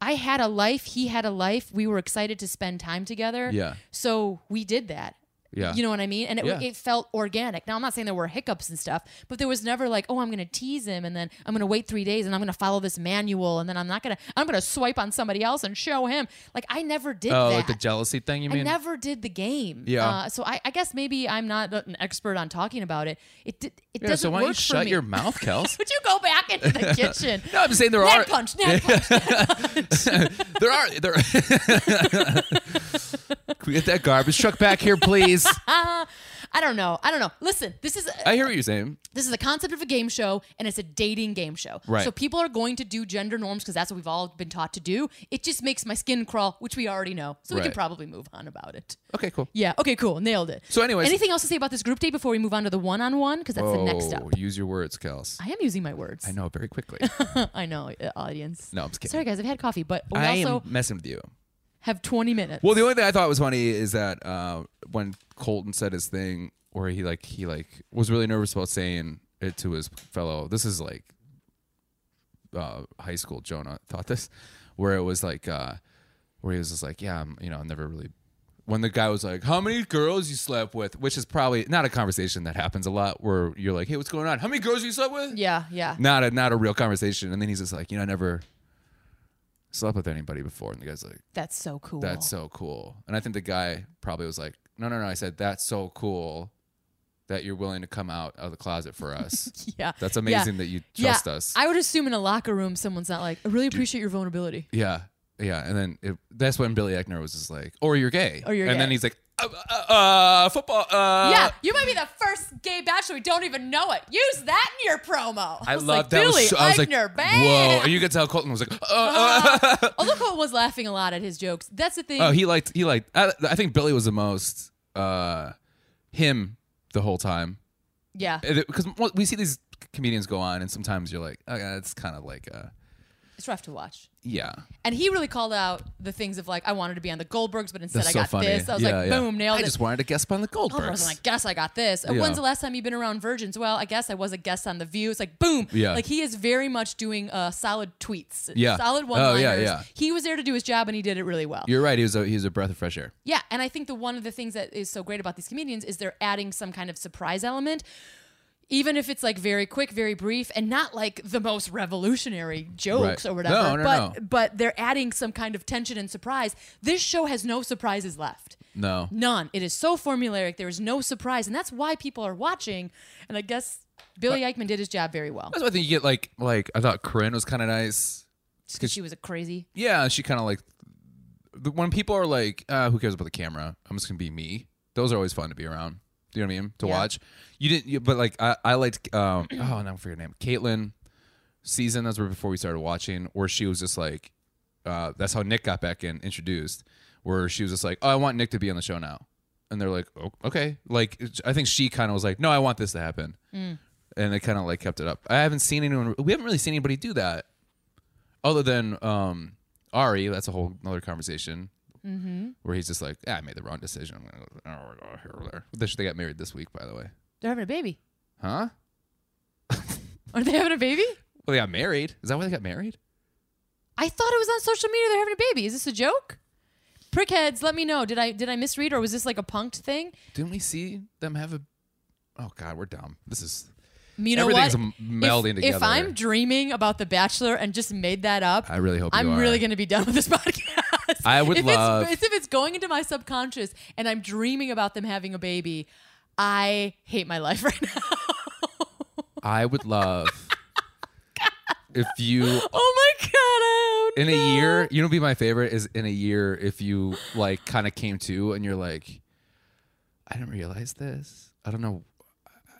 I had a life. He had a life. We were excited to spend time together.
Yeah.
So we did that.
Yeah.
You know what I mean? And it,
Yeah.
it felt organic. Now, I'm not saying there were hiccups and stuff, but there was never like, oh, I'm going to tease him and then I'm going to wait three days and I'm going to follow this manual and then I'm not going to, I'm going to swipe on somebody else and show him. Like, I never did
Oh,
that.
like the jealousy thing. You
I
mean?
never did the game.
Yeah.
Uh, so I, I guess maybe I'm not an expert on talking about it. It did, it
Yeah,
doesn't
so why
work
don't you
for
shut
me.
your mouth, Kels?
Would you go back into the kitchen?
no, I'm saying there
Neck
are
punch, neck punch.
there are there. Can we get that garbage truck back here, please?
I don't know. I don't know. Listen, this is
I hear what you're saying.
this is the concept of a game show and it's a dating game show.
Right.
So people are going to do gender norms because that's what we've all been taught to do. It just makes my skin crawl, which we already know. So we can
Right.
probably move on about it.
Okay, cool.
Yeah. Okay, cool. Nailed it.
So anyways-
anything else to say about this group date before we move on to the one on one? Because that's the next step.
Oh, Use your words, Kels.
I am using my words.
I know very quickly.
I know, uh, audience.
No, I'm just kidding.
Sorry, guys. I've had coffee, but we
I
also
am messing with you.
have 20 minutes.
Well, the only thing I thought was funny is that uh, when Colton said his thing, where he like he like was really nervous about saying it to his fellow. This is like uh, high school Jonah thought this, where it was like uh, where he was just like, yeah, I'm, you know, I never really. When the guy was like, "How many girls you slept with?" which is probably not a conversation that happens a lot, where you're like, "Hey, what's going on? How many girls you slept with?"
yeah, yeah.
Not a not a real conversation, and then he's just like, "You know, I never slept with anybody before," and the guy's like.
That's so cool.
That's so cool. And I think the guy probably was like, no, no, no. I said, that's so cool that you're willing to come out of the closet for us.
yeah.
that's
Yeah.
amazing that you trust us.
I would assume in a locker room, someone's not like, I really appreciate your vulnerability.
yeah. Yeah. And then it, that's when Billy Eckner was just like, or you're gay.
Or you're
and then
gay.
he's like, uh, uh, uh, football. Uh,
yeah, you might be the first gay bachelor. We don't even know it. Use that in your promo.
I
was
love
like,
that.
Billy
was so, I was like,
Eichner, bam.
whoa! And you could tell Colton was like, uh, uh,
Oh, look who was laughing a lot at his jokes. That's the thing.
oh, he liked, he liked. I, I think Billy was the most uh, him the whole time
yeah,
because we see these comedians go on, and sometimes you're like, okay, that's kind of like, uh,
it's rough to watch.
yeah,
And he really called out the things of like, I wanted to be on the Goldbergs, but instead
that's
I
so
got
funny.
this. I was
yeah,
like,
yeah.
boom, nailed
I
it. Oh,
just wanted to guess on the
I was
Goldbergs.
like, guess I got this.
Yeah.
When's the last time you've been around virgins? Well, I guess I was a guest on The View. It's like, boom.
Yeah.
Like, he is very much doing uh, solid tweets,
Yeah.
solid
Oh, yeah,
one liners.
yeah.
He was there to do his job and he did it really well.
you're right. He was a he was a breath of fresh air.
Yeah, and I think the one of the things that is so great about these comedians is they're adding some kind of surprise element. Even if it's like very quick, very brief, and not like the most revolutionary jokes
Right.
or whatever,
No, no,
but
no.
but they're adding some kind of tension and surprise. This show has no surprises left.
No,
None. It is so formulaic. There is no surprise, and that's why people are watching. And I guess Billy Eichmann did his job very well.
that's why I think you get like like I thought Corinne was kind of nice.
Just 'cause she was a crazy.
Yeah, she kind of like the- when people are like, uh, "Who cares about the camera? I'm just gonna be me." Those are always fun to be around. Do you know what I mean? To
Yeah.
watch. You didn't, you, but like I, I liked. Um, oh, now I forget her name. Caitlin season. That's where before we started watching, where she was just like, uh, that's how Nick got back in introduced. Where she was just like, "Oh, I want Nick to be on the show now," and they're like, oh, "Okay." Like it's- I think she kind of was like, "No, I want this to happen," and they kind of like kept it up. I haven't seen anyone. We haven't really seen anybody do that other than um Ari, that's a whole other conversation.
Mm-hmm.
Where he's just like, yeah, I made the wrong decision. I'm gonna go oh, here or there. They, should- they got married this week, by the way.
They're having a baby.
Huh?
Are they having a baby?
Well, they got married. Is that why they got married?
I thought it was on social media. They're having a baby. Is this a joke? Prickheads, let me know. Did I did I misread or was this like a punked thing?
Didn't we see them have a? Oh God, we're dumb. This is
You know
everything's
what?
m- melding
if,
together.
If I'm dreaming about the Bachelor and just made that up,
I really hope you
I'm
are.
really going to be done with this podcast.
I would
if
love-
It's, it's if it's going into my subconscious and I'm dreaming about them having a baby. I hate my life right now.
I would love if you
oh my god! oh
in
no.
a year, you know, be my favorite is in a year if you like kind of came to and you're like, I didn't realize this. I don't know.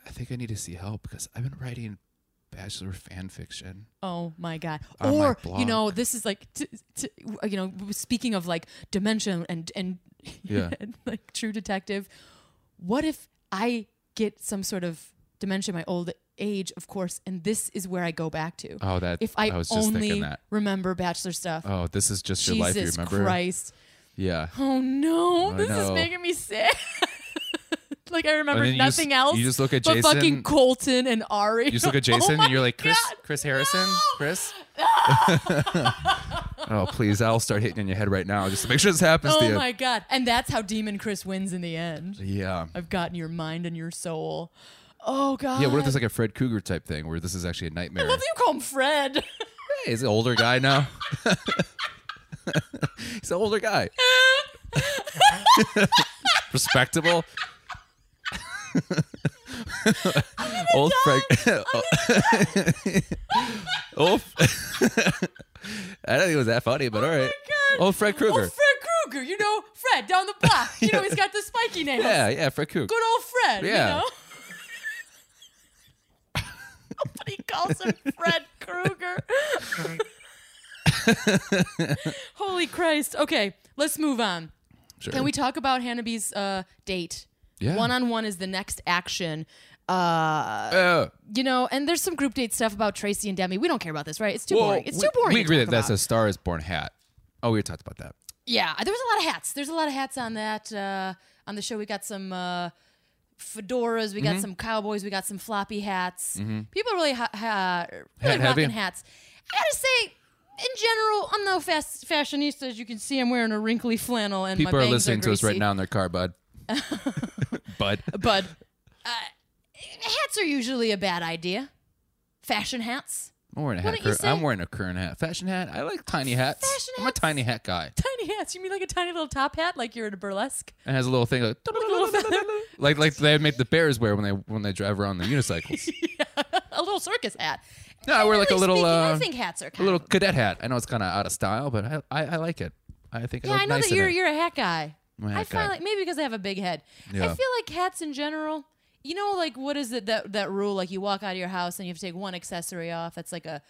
I think I need to see help because I've been writing bachelor fan fiction.
Oh my god!
On my
or you
blog.
know, this is like, t- t- you know, speaking of like dimension and and
Yeah.
and, like True Detective. What if I get some sort of dementia, in my old age, of course, and this is where I go back to.
Oh, that
if I,
was just thinking
only
that.
remember Bachelor stuff.
Oh, this is just your life. You
Jesus
remember?
Christ!
Yeah.
Oh no,
I
this is
know.
making me sick. like I remember
then you just-
nothing else.
you just look at
but
Jason-
fucking Colton and Ari.
You just look at Jason and you're like, Chris,
Oh God,
Chris Harrison,
no!
Chris. oh, please. I'll start hitting in your head right now just to make sure this happens to
Oh
you.
my god! And that's how Demon Chris wins in the end.
Yeah.
I've gotten your mind and your soul. Oh god.
Yeah. What if there's like a Fred Cougar type thing where this is actually a nightmare?
I love that you call him Fred. Oh,
Hey, he's an older guy now. he's an older guy. Respectable. Old Frank. Old. I don't think it was that funny, but all right. Old Fred
Oh,
Krueger.
Fred Krueger. You know Fred down the block. You know he's got the spiky nails.
yeah, yeah, Fred Krueger.
Good old Fred. You
Yeah.
know. but he calls him Fred Krueger. Holy Christ. Okay, let's move on.
Sure.
Can we talk about Hannaby's uh, date?
Yeah.
One on one is the next action. Uh,
Uh,
you know, and there's some group date stuff about Tracy and Demi. We don't care about this, right? It's too
well,
boring. It's
we-
too boring.
We
to
agree that
talk
that's a
about.
Star is Born hat. Oh, we talked about that.
yeah. There was a lot of hats. There's a lot of hats on that uh, on the show. We got some uh, fedoras. We
Mm-hmm.
got some cowboys. We got some floppy hats. People really ha- ha- really
Hat heavy?
rocking hats. I gotta say. In general, I'm no fast fashionista. As you can see, I'm wearing a wrinkly flannel and
People
my
are
bangs
listening to us right
greasy.
now in their car, bud. bud.
But uh, hats are usually a bad idea. Fashion hats,
I'm wearing a
Why
hat.
don't you
cur- I'm
say-
wearing a current hat. Fashion hat. I like tiny hats.
Fashion
I'm
hats.
a tiny hat guy.
tiny hats. You mean like a tiny little top hat, like you're at a burlesque?
It has a little thing like
little feather.
like, like they make the bears wear when they when they drive around the unicycles.
a little circus hat.
No, I wear like a
Generally
little
speaking, I
uh,
think hats are
a
kind
little
of.
cadet hat. I know it's kind of out of style, but I, I I like it. I think I
Yeah,
look
I know
nice
that
in
you're
it.
you're a hat guy.
My
I
God.
find like maybe because they have a big head. I
Yeah.
feel like cats in general. You know, like what is it that that rule? Like you walk out of your house and you have to take one accessory off. That's like a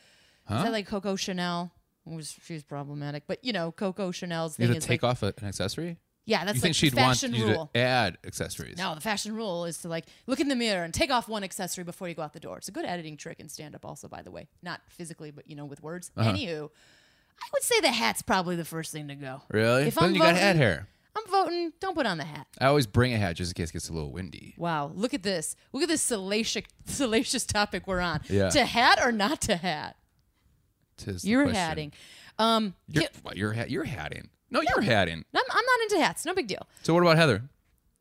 is that like Coco Chanel? It was- She's problematic, but you know Coco Chanel's
you
thing
have
is
to take
like,
off a, an accessory.
yeah, that's
you
like
think she'd want
fashion
you
rule.
to add accessories?
No, the fashion rule is to like look in the mirror and take off one accessory before you go out the door. It's a good editing trick in stand up, also, by the way. Not physically, but you know, with words.
Uh-huh.
Anywho, I would say the hat's probably the first thing to go.
Really?
If
then
I'm
you
voting,
got hat hair.
I'm voting. Don't put on the hat.
I always bring a hat just in case it gets a little windy.
Wow, look at this. Look at this salacious, salacious topic we're on.
Yeah.
To hat or not to hat?
Tis the
You're
question.
hatting. Um,
You're,
yeah,
what, you're, ha- you're hatting. No, you're hatting.
I'm, I'm not into hats. No big deal.
So what about Heather?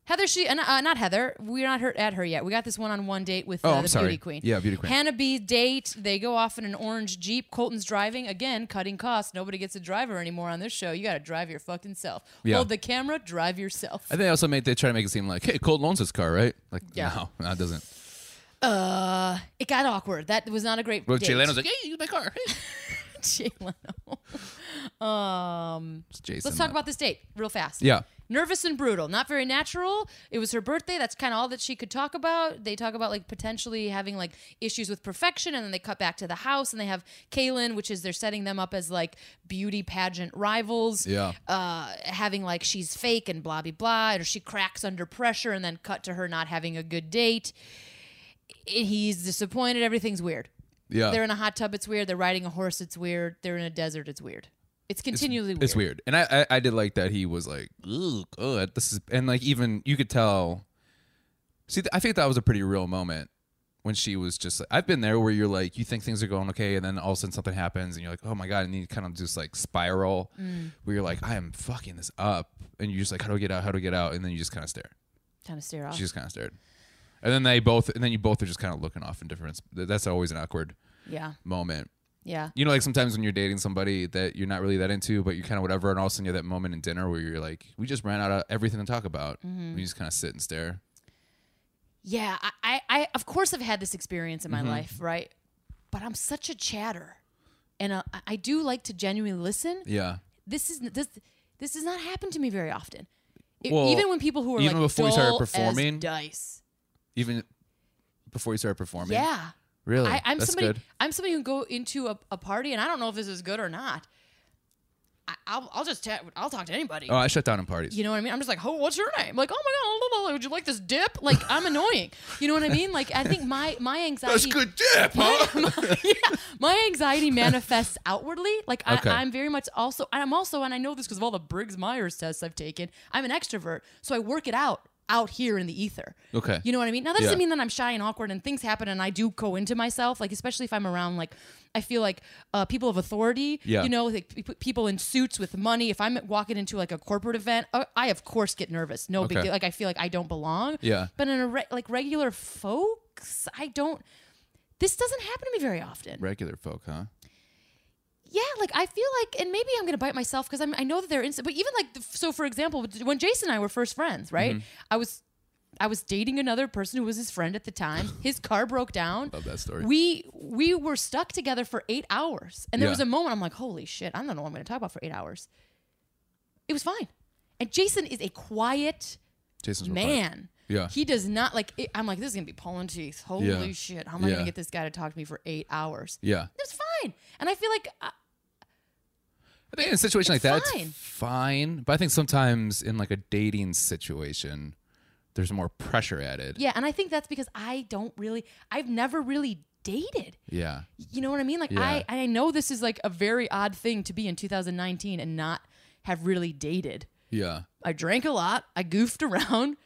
Heather, she and uh, not Heather. We're not hurt at her yet. We got this one-on-one date with
Oh,
uh,
I'm
the
sorry.
beauty queen.
Yeah, beauty queen.
Hannah B. Date. They go off in an orange jeep. Colton's driving again, cutting costs. Nobody gets a driver anymore on this show. You got to drive your fucking self.
Yeah.
Hold the camera. Drive yourself.
I think they also made they try to make it seem like, hey, Colt loans his car, right? Like,
Yeah.
no, no, it doesn't.
Uh, it got awkward. That was not a great.
But
date. oh.
Chileno's like, hey, you my car. Hey.
Jay Leno. um,
It's Jason.
let's talk
uh,
about this date real fast.
Yeah.
Nervous and brutal, not very natural. It was her birthday. That's kind of all that she could talk about. They talk about like potentially having like issues with perfection, and then they cut back to the house and they have Kaylin, which is they're setting them up as like beauty pageant rivals.
Yeah.
Uh, having like she's fake and blah blah blah, or she cracks under pressure, and then cut to her not having a good date. He's disappointed. Everything's weird.
Yeah.
They're in a hot tub. It's weird. They're riding a horse. It's weird. They're in a desert. It's weird. It's continually weird.
It's weird, and I, I I did like that he was like, "Ugh, ugh, this is," and like even you could tell. See, th- I think that was a pretty real moment when she was just. like- I've been there where you're like, you think things are going okay, and then all of a sudden something happens, and you're like, "Oh my god!" And you kind of just like spiral,
Mm.
where you're like, "I am fucking this up," and you're just like, "How do I get out? How do I get out?" And then you just kind of stare.
Kind of stare off.
She just kind of stared, and then they both, and then you both are just kind of looking off in different. th- That's always an awkward
yeah.
moment.
Yeah.
You know, like sometimes when you're dating somebody that you're not really that into, but you kind of whatever, and all of a sudden you have that moment in dinner where you're like, we just ran out of everything to talk about.
Mm-hmm.
We just kind of sit and stare.
Yeah. I, I, I of course, I've had this experience in my
Mm-hmm.
life, right? But I'm such a chatter. And uh, I- I do like to genuinely listen.
Yeah.
This is this this does not happen to me very often. It-
Well,
even when people who are
even
like
before we started
dull as
performing?
dice.
Even before you started performing.
Yeah.
Really?
I, I'm
That's
somebody.
good.
I'm somebody who can go into a, a party, and I don't know if this is good or not. I, I'll, I'll just chat. I'll talk to anybody.
Oh, I shut down in parties.
You know what I mean? I'm just like, oh, what's your name? Like, oh my god, blah, blah, blah. would you like this dip? Like, I'm annoying. You know what I mean? Like, I think my my anxiety.
dip, huh?
yeah, my anxiety manifests outwardly. Like I,
Okay.
I'm very much also. I'm also, and I know this because of all the Briggs Myers tests I've taken. I'm an extrovert, so I work it out out here in the ether.
Okay.
You know what I mean? Now that doesn't
Yeah.
mean that I'm shy and awkward and things happen and I do go into myself. Like especially if I'm around like I feel like uh, people of authority.
Yeah.
You know, like pe- people in suits with money. If I'm walking into like a corporate event, uh, I of course get nervous. No big
Okay.
deal. Like I feel like I don't belong.
Yeah.
But in a re- like regular folks, I don't. This doesn't happen to me very often.
Regular folk, huh?
Yeah, like I feel like, and maybe I'm gonna bite myself because I'm. I know that they're instant, but even like, the, so for example, when Jason and I were first friends, right?
Mm-hmm.
I was, I was dating another person who was his friend at the time. His car broke down.
Love that story.
We we were stuck together for eight hours, and there
Yeah.
was a moment I'm like, holy shit, I don't know what I'm gonna talk about for eight hours. It was fine, and Jason is a quiet
Jason's real funny.
man.
Yeah.
He does not like. It, I'm like, this is gonna be pulling teeth. Holy
Yeah.
shit! How am I
Yeah.
gonna get this guy to talk to me for eight hours?
Yeah.
It was fine, and I feel like uh,
I think in a situation like
it's
that,
fine.
it's fine. But I think sometimes in like a dating situation, there's more pressure added.
yeah, and I think that's because I don't really. I've never really dated.
Yeah.
You know what I mean? Like
Yeah.
I, I know this is like a very odd thing to be in 2019 and not have really dated.
Yeah.
I drank a lot. I goofed around.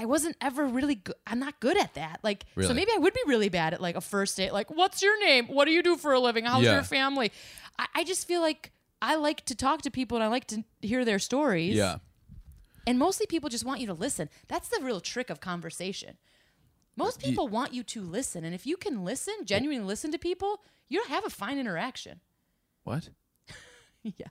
I wasn't ever really good. I'm not good at that. Like, so
Really?
maybe I would be really bad at like a first date. Like, what's your name? What do you do for a living? How's
Yeah.
your family? I, I just feel like I like to talk to people and I like to hear their stories.
Yeah.
And mostly people just want you to listen. That's the real trick of conversation. Most people want you to listen. And if you can listen, genuinely listen to people, you'll have a fine interaction.
What?
yeah.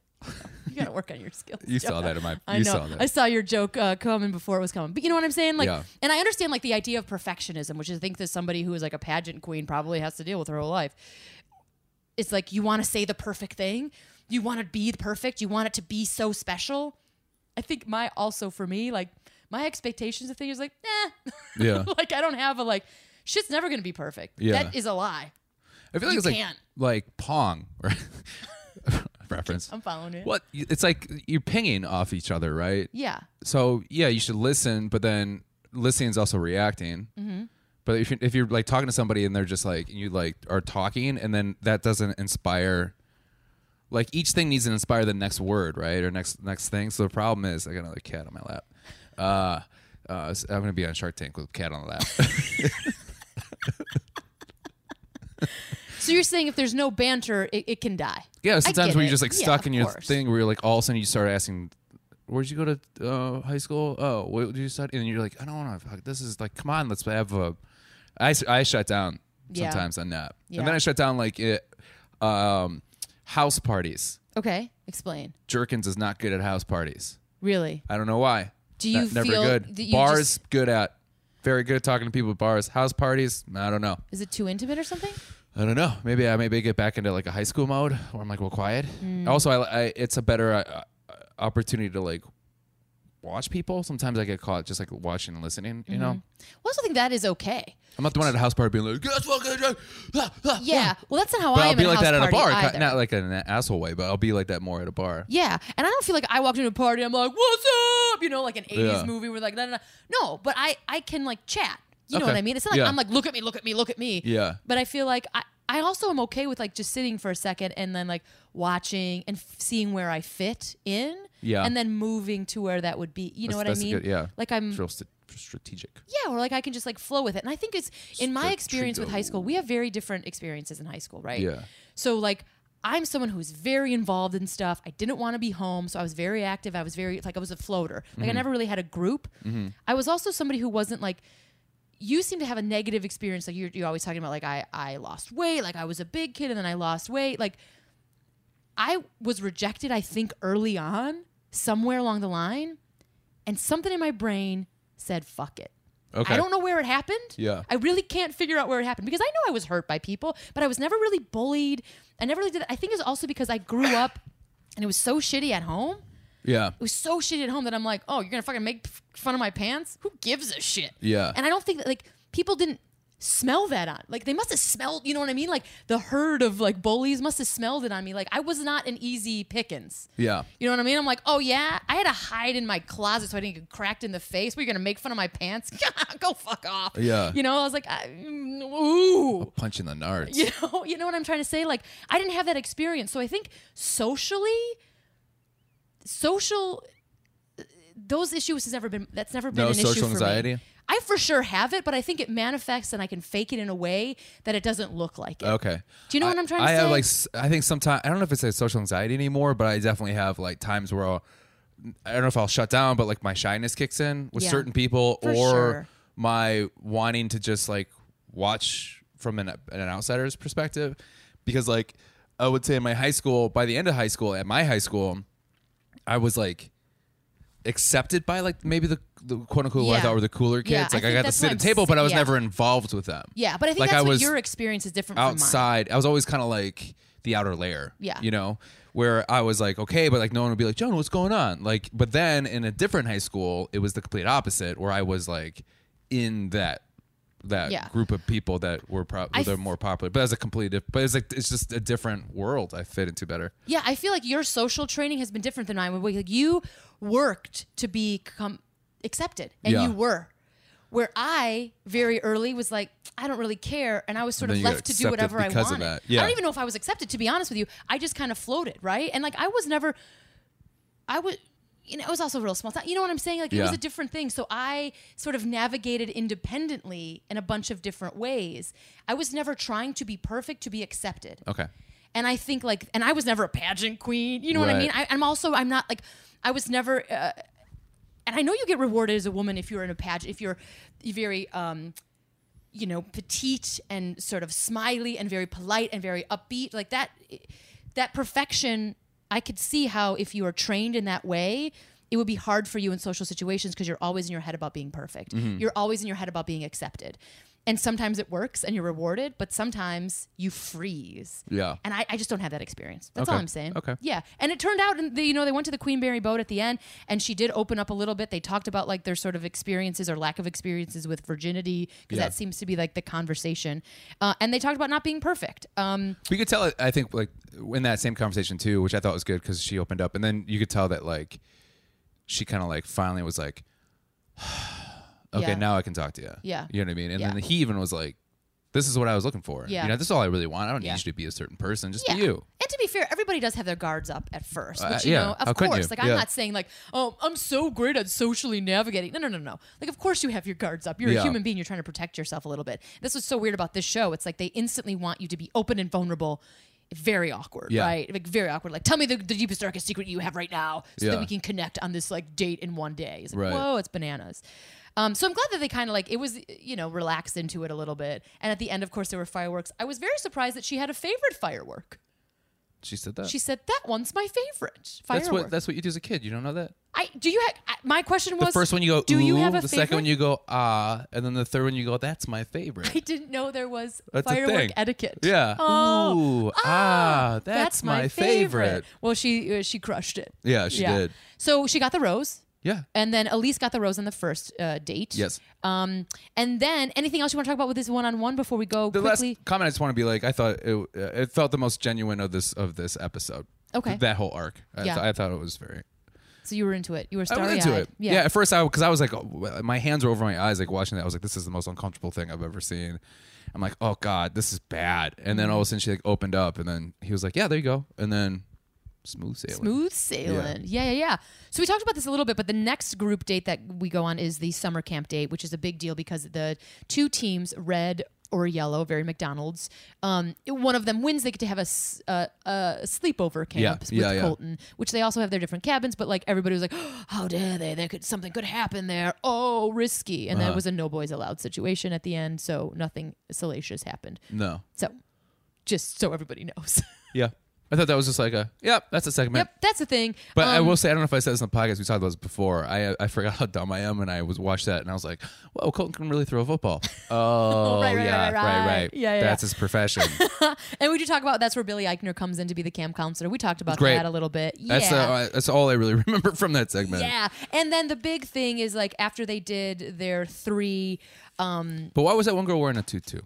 You got to work on your skills.
You
Jonah.
saw that in my.
I
you
know.
saw that.
I saw your joke uh, coming before it was coming, but you know what I'm saying? Like,
Yeah.
and I understand like the idea of perfectionism, which I think that somebody who is like a pageant queen probably has to deal with her whole life. It's like you want to say the perfect thing, you want to be the perfect, you want it to be so special. I think my also for me, like my expectations of things is like, eh.
Yeah.
like I don't have a like shit's never gonna be perfect.
Yeah.
That is a lie.
I feel like
You
it's like
can't.
like Pong right? reference.
I'm following it.
What it's like you're pinging off each other, right?
Yeah.
So yeah, you should listen, but then listening is also reacting. Mm-hmm. But if you're, if you're like talking to somebody and they're just like you like are talking, and then that doesn't inspire. Like each thing needs to inspire the next word, right, or next next thing. So the problem is, I got another cat on my lap. Uh, uh, so I'm gonna be on Shark Tank with cat on the lap.
So you're saying if there's no banter, it, it can die.
Yeah,
get
sometimes where
it.
you're just like
Yeah,
stuck
of
in your
course.
thing where you're like all of a sudden you start asking, "Where'd you go to uh, high school? Oh, what did you study?" And you're like, "I don't want to. This is like, come on, let's have a." I s- I shut down
Yeah.
sometimes on that,
Yeah.
and then I shut down like it, um, house parties.
Okay. Explain.
Jerkins is not good at house parties.
Really.
I don't know why.
Do
Ne-
you
never
feel
good?
that you
bars
just-
good at, very good at talking to people at bars. House parties, I don't know.
Is it too intimate or something?
I don't know. Maybe I maybe I get back into like a high school mode where I'm like real quiet.
Mm.
Also, I, I it's a better uh, uh, opportunity to like watch people. Sometimes I get caught just like watching and listening. You know,
Well, I also think that is okay.
I'm not the one at a house party being like, "Guess what, guys, uh, ah, ah,
Yeah.
ah."
Well, that's not how
But
I
I'll
am
be
at
like
a house
that at a
party
bar,
either.
ki- not like in an asshole way, but I'll be like that more at a bar.
Yeah, and I don't feel like I walked into a party. I'm like, "What's up?" You know, like an '80s
Yeah.
movie where like, no, no, no, no. But I, I can like chat. You know
Okay.
what I mean? It's not like
Yeah.
I'm like, "Look at me, look at me, look at me."
Yeah.
But I feel like I, I also am okay with like just sitting for a second and then like watching and f- seeing where I fit in.
Yeah.
And then moving to where that would be. You know
That's-
what
that's
I
a
mean?
good- yeah.
Like I'm.
It's real st- strategic.
Yeah, or like I can just like flow with it. And I think it's in my experience with high school, we have very different experiences in high school, right?
Yeah.
So like I'm someone who's very involved in stuff. I didn't want to be home, so I was very active. I was very like I was a floater. Like I never really had a group. I was also somebody who wasn't like you seem to have a negative experience like you're, you're always talking about like I, I lost weight like i was a big kid and then i lost weight like i was rejected i think early on somewhere along the line and something in my brain said fuck it
Okay.
I don't know where it happened.
Yeah.
I really can't figure out where it happened because I know I was hurt by people, but I was never really bullied. I never really did. I think it's also because I grew up and it was so shitty at home.
Yeah.
It was so shitty at home that I'm like, oh, you're gonna fucking make f- fun of my pants? Who gives a shit?
Yeah.
And I don't think that like people didn't smell that on like they must have smelled you know what i mean like the herd of like bullies must have smelled it on me like i was not an easy pickings
Yeah.
you know what I mean? I'm like, oh yeah, I had to hide in my closet so I didn't get cracked in the face. Were you gonna make fun of my pants? Go fuck off.
Yeah.
You know, I was like, I, mm, ooh.
Punching the nards.
You know, you know what I'm trying to say? Like, I didn't have that experience, so I think socially, social, those issues has never been. That's never been
No
an issue
social
for me.
anxiety?
I for sure have it, but I think it manifests and I can fake it in a way that it doesn't look like it.
Okay.
Do you know
Oh, I-
what I'm trying to
I have
say?
like s- I think sometimes I don't know if it's a social anxiety anymore, but I definitely have like times where I'll I don't know if I'll shut down, but like my shyness kicks in with
Yeah.
certain people,
For
or
sure.
my wanting to just like watch from an an outsider's perspective, because like I would say in my high school, by the end of high school, at my high school, I was like accepted by like maybe the, the quote unquote what I
Yeah.
thought were the cooler
Yeah,
kids.
I think
like I got to
that's what
sit
I'm
at the table, but I was
sa- yeah.
never involved with them.
Yeah, but I think
Like,
that's
I
what
was
your experience is different from mine.
outside. I was always kind of like the outer layer.
Yeah.
You know, where I was like, okay, but like no one would be like, Joan, what's going on? Like, but then in a different high school, it was the complete opposite, where I was like in that that
Yeah.
group of people that were
I
probably they're
f-
more popular. But as a complete, diff- but it's like it's just a different world I fit into better.
Yeah, I feel like your social training has been different than mine. where, Like you worked to become accepted, and
Yeah.
you were. Where I very early was like, I don't really care, and I was sort
And
of
then you got
left to do
accepted
whatever I
because of
wanted.
that. Yeah.
I don't even know if I was accepted, to be honest with you. I just kind of floated, right? And like I was never, I was. You know, it was also a real small town. You know what I'm saying? Like it was
Yeah.
a different thing. So I sort of navigated independently in a bunch of different ways. I was never trying to be perfect to be accepted.
Okay.
And I think like, and I was never a pageant queen. You know what I
Right.
mean? I, I'm also, I'm not like, I was never. Uh, and I know you get rewarded as a woman if you're in a pageant, if you're very, um, you know, petite and sort of smiley and very polite and very upbeat, like that. That perfection, I could see how if you are trained in that way. It would be hard for you in social situations because you're always in your head about being perfect. You're always in your head about being accepted. And sometimes it works and you're rewarded, but sometimes you freeze.
Yeah.
And I, I just don't have that experience. That's all
Okay.
I'm saying.
Okay.
Yeah. And it turned out, and they, you know, they went to the Queenberry boat at the end and she did open up a little bit. They talked about like their sort of experiences or lack of experiences with virginity because
Yeah.
that seems to be like the conversation. Uh, and they talked about not being perfect. Um,
We could tell, I think, like in that same conversation too, which I thought was good because she opened up, and then you could tell that like she kind of like finally was like, okay,
Yeah.
now I can talk to you.
Yeah.
you know what I mean. And
Yeah.
then he even was like, this is what I was looking for.
Yeah.
you know, this is all I really want. I don't
Yeah.
need you to be a certain person, just
Yeah.
be you.
And to be fair, everybody does have their guards up at first,
Uh,
which you
yeah.
know,
How
of
couldn't
course.
you?
Like I'm
Yeah.
not saying like, oh, I'm so great at socially navigating. No, no, no, no. Like of course you have your guards up. You're
Yeah.
a human being. You're trying to protect yourself a little bit. This was so weird about this show. It's like they instantly want you to be open and vulnerable. Very awkward,
Yeah.
right? Like very awkward. Like, tell me the, the deepest, darkest secret you have right now, so
Yeah.
that we can connect on this like date in one day. It's like,
Right.
whoa, it's bananas. Um, so I'm glad that they kind of like it was, you know, relaxed into it a little bit. And at the end, of course, there were fireworks. I was very surprised that she had a favorite firework.
She said that.
She said that one's my favorite. Firework.
that's what that's what you do as a kid. You don't know that.
I do you have I- my question
The
was
first one you go,
do you
"Ooh,"
have a
the
favorite?
second one you go, ah, and then the third one you go, that's my favorite.
I didn't know there was
That's a
firework
thing.
etiquette.
Yeah.
Oh,
Ooh, ah, that's my favorite.
Well, she uh, she crushed it.
Yeah, she did.
So she got the rose.
Yeah.
And then Elise got the rose on the first uh, date.
Yes.
Um, and then anything else you want to talk about with this one-on-one before we go
the
quickly?
last comment I just want to be like I thought it, uh, it felt the most genuine of this of this episode.
Okay.
that whole arc. I,
Yeah.
th- I thought it was very.
so you were into it. You were
I was
starry-eyed.
into it. Yeah.
Yeah.
at first I because I was like oh, my hands were over my eyes like watching that. I was like this is the most uncomfortable thing I've ever seen. I'm like oh god this is bad. And then all of a
Mm.
sudden she like opened up and then he was like yeah there you go and then smooth sailing.
Smooth sailing. Yeah. yeah, yeah, So we talked about this a little bit, but the next group date that we go on is the summer camp date, which is a big deal because the two teams, red or yellow, very McDonald's, um, one of them wins. They get to have a, s- a- a sleepover camp
Yeah,
with
yeah, yeah.
Colton, which they also have their different cabins, but like everybody was like, how dare they? There could Something could happen there. Oh, risky.
Uh-huh.
And that was a no boys allowed situation at the end. So nothing salacious happened.
No.
So just so everybody knows.
Yeah. I thought that was just like a yep that's a segment.
yep, that's the thing.
But I
Um,
will say, I don't know if I said this on the podcast. We talked about this before. I I forgot how dumb I am, and I was watched that, and I was like, "Whoa, Colton can really throw a football." Oh,
Right, right,
yeah,
right, right. Yeah, yeah,
That's
yeah.
his profession.
And we do talk about that's where Billy Eichner comes in to be the camp counselor. We talked about
Great.
that a little bit. Yeah.
That's uh, that's all I really remember from that segment.
yeah. And then the big thing is like after they did their three um
But why was that one girl wearing a tutu?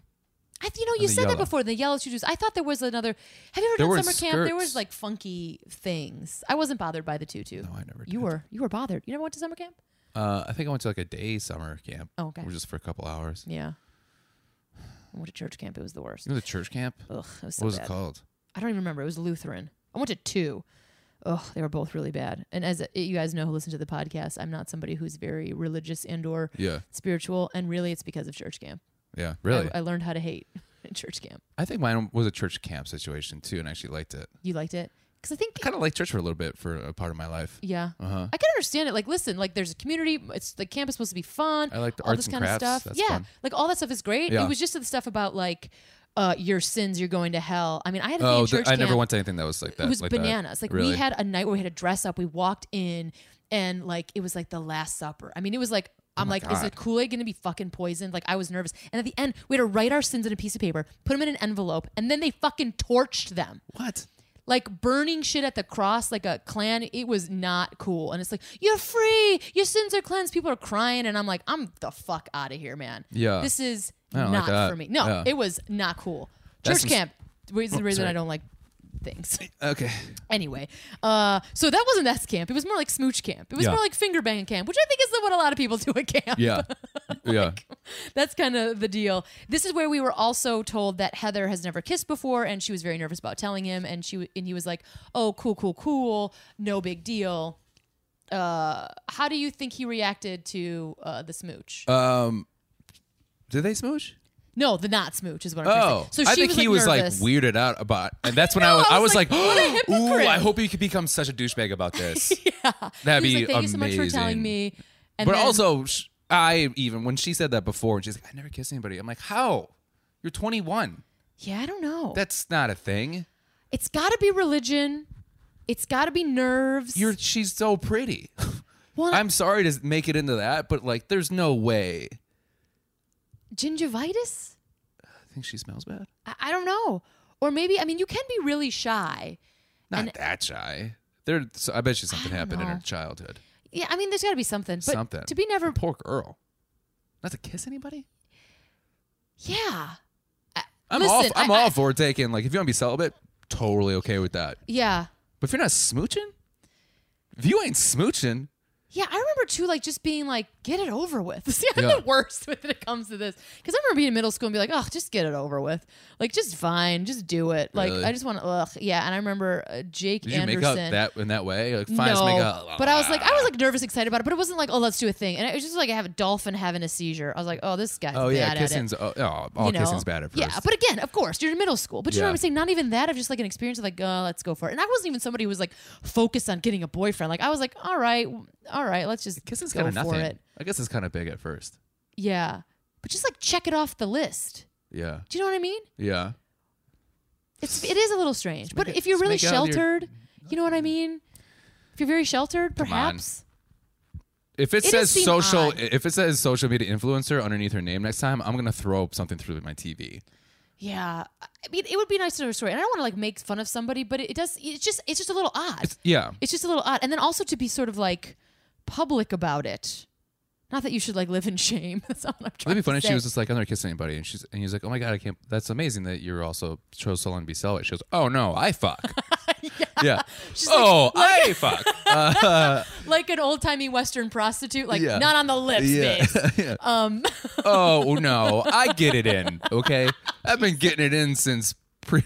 I you know you
the
said
yellow.
that before the yellow shoes. I thought there was another Have you ever
There were
done summer camp? There
skirts.
was like funky things. I wasn't bothered by the tutu. No,
I never
You
did.
were you were bothered. You never went to summer camp?
Uh, I think I went to like a day summer camp.
Oh, okay.
Or just for a couple hours.
Yeah. I went to church camp. It was the worst.
You know the church camp?
Ugh, it was so
what was
bad.
it called?
I don't even remember. It was Lutheran. I went to two. Ugh, they were both really bad. And as you guys know who listen to the podcast, I'm not somebody who's very religious and or
Yeah,
spiritual. And really, it's because of church camp.
yeah, really.
I,
I,
I learned how to hate in church camp.
think mine was a church camp situation too, and I actually liked it.
You liked it? Because I think,
Kind of liked church for a little bit for a part of my life.
yeah.
Uh-huh.
I can understand it. Like, listen, like there's a community. It's the camp is supposed to be fun.
I like the
all
arts
this
and
kind
crafts.
of stuff.
That's
yeah,
fun.
like all that stuff is great.
Yeah.
It was just the stuff about like uh, your sins, you're going to hell. I mean, I had a thing
Oh,
in
th-
church
I never
camp-
went to anything that was like that.
it was
like that.
bananas. Like
Really?
we had a night where we had to dress up. We walked in and like it was like the Last Supper. I mean, it was like I'm like, is the
Oh God.
Kool Aid gonna be fucking poisoned? Like I was nervous. And at the end, we had to write our sins on a piece of paper, put them in an envelope, and then they fucking torched them,
what?
like burning shit at the cross, like a clan. It was not cool. And it's like you're free, your sins are cleansed. People are crying, and I'm like, I'm the fuck out of here, man.
Yeah.
this is
I don't like
not
that.
for me. No,
Yeah.
it was not cool.
That's
Church
some-
camp is the reason
sorry.
I don't like things.
Okay.
Anyway, uh, so that wasn't S camp. It was more like smooch camp. It was
Yeah.
more like finger banging camp, which I think is what a lot of people do at camp.
Yeah. yeah.
That's kind of the deal. This is where we were also told that Heather has never kissed before, and she was very nervous about telling him. And she w- and he was like, "Oh, cool, cool, cool. No big deal." Uh, how do you think he reacted to uh, the smooch?
Um, did they smooch?
no, the not smooch is what I'm
Oh,
trying to say.
I think he was
nervous.
like weirded out about, and that's when I, was,
know,
I was like,
what a
"Ooh,
hypocrite."
I hope he could become such a douchebag about this."
yeah.
That'd
he was like,
be
"Thank you so much for
amazing.
telling me." And
but
then-
also, sh- I even when she said that before, and she's like, "I never kissed anybody," I'm like, "How? You're 21.
yeah, I don't know.
That's not a thing.
It's got to be religion. It's got to be nerves.
You're she's so pretty.
well,
I'm sorry to make it into that, but like, there's no way
gingivitis?
I think she smells bad.
I, I don't know. Or maybe I mean you can be really shy.
Not
And-
that shy. There, so I bet you something
I don't
happened in
know.
her childhood.
Yeah, I mean there's got to be something. But
something
to be never
poor girl. Not to kiss anybody.
Yeah. Uh, I-
I'm
listen,
all I'm
I- I-
all for taking like if you want to be celibate, totally okay with that.
Yeah.
But if you're not smooching, if you ain't smooching,
Yeah, I remember too, like just being like, get it over with. See, I'm
Yeah.
the worst when it comes to this. Because I remember being in middle school and be like, oh, just get it over with. Like, just fine, just do it. Like,
Really?
I just want to, ugh. Yeah, and I remember uh, Jake
did you
Anderson.
make out that in that way? Like fine, let's
no,
make out.
but I was like, I was like nervous, excited about it, but it wasn't like, oh, let's do a thing. And it was just like I have a dolphin having a seizure. I was like, oh, this guy's
oh yeah,
bad at it.
kissing's oh, oh, all
you know?
kissing's bad at first.
Yeah, but again, of course, you're in middle school. But you know
Yeah.
what I'm saying? Not even that. I've just like an experience of like, oh, let's go for it. And I wasn't even somebody who was like focused on getting a boyfriend. Like I was like, all right, w- all right, let's just
kissing's
go
kind
for
of nothing.
it.
I guess it's kind of big at first.
Yeah, but just like check it off the list.
Yeah,
Do you know what I mean?
yeah.
It's it is a little strange. But
make it-
if you're
just
really
make out your-
sheltered, you know what I mean. If you're very sheltered,
on.
perhaps.
If it,
It
says
just seemed
social,
odd.
if it says social media influencer underneath her name next time, I'm gonna throw something through my TV.
Yeah, I mean, it would be nice to know a story, and I don't want to like make fun of somebody, but it does. It's just, it's just a little odd. It's,
Yeah,
just a little odd, and then also to be sort of like public about it. Not that you should like live in shame. That's not what I'm trying
That'd be
to
funny. if
say.
She was just like, "I'm not kissing anybody," and she's and he's like, "Oh my god, I can't." That's amazing that you're also chose so long to be celibate. She goes, "Oh no, I fuck." yeah. Oh, I fuck.
like an old timey Western prostitute, like
Yeah.
not on the lips, babe.
yeah. Um. oh no, I get it in. Okay, I've been getting it in since. Pre-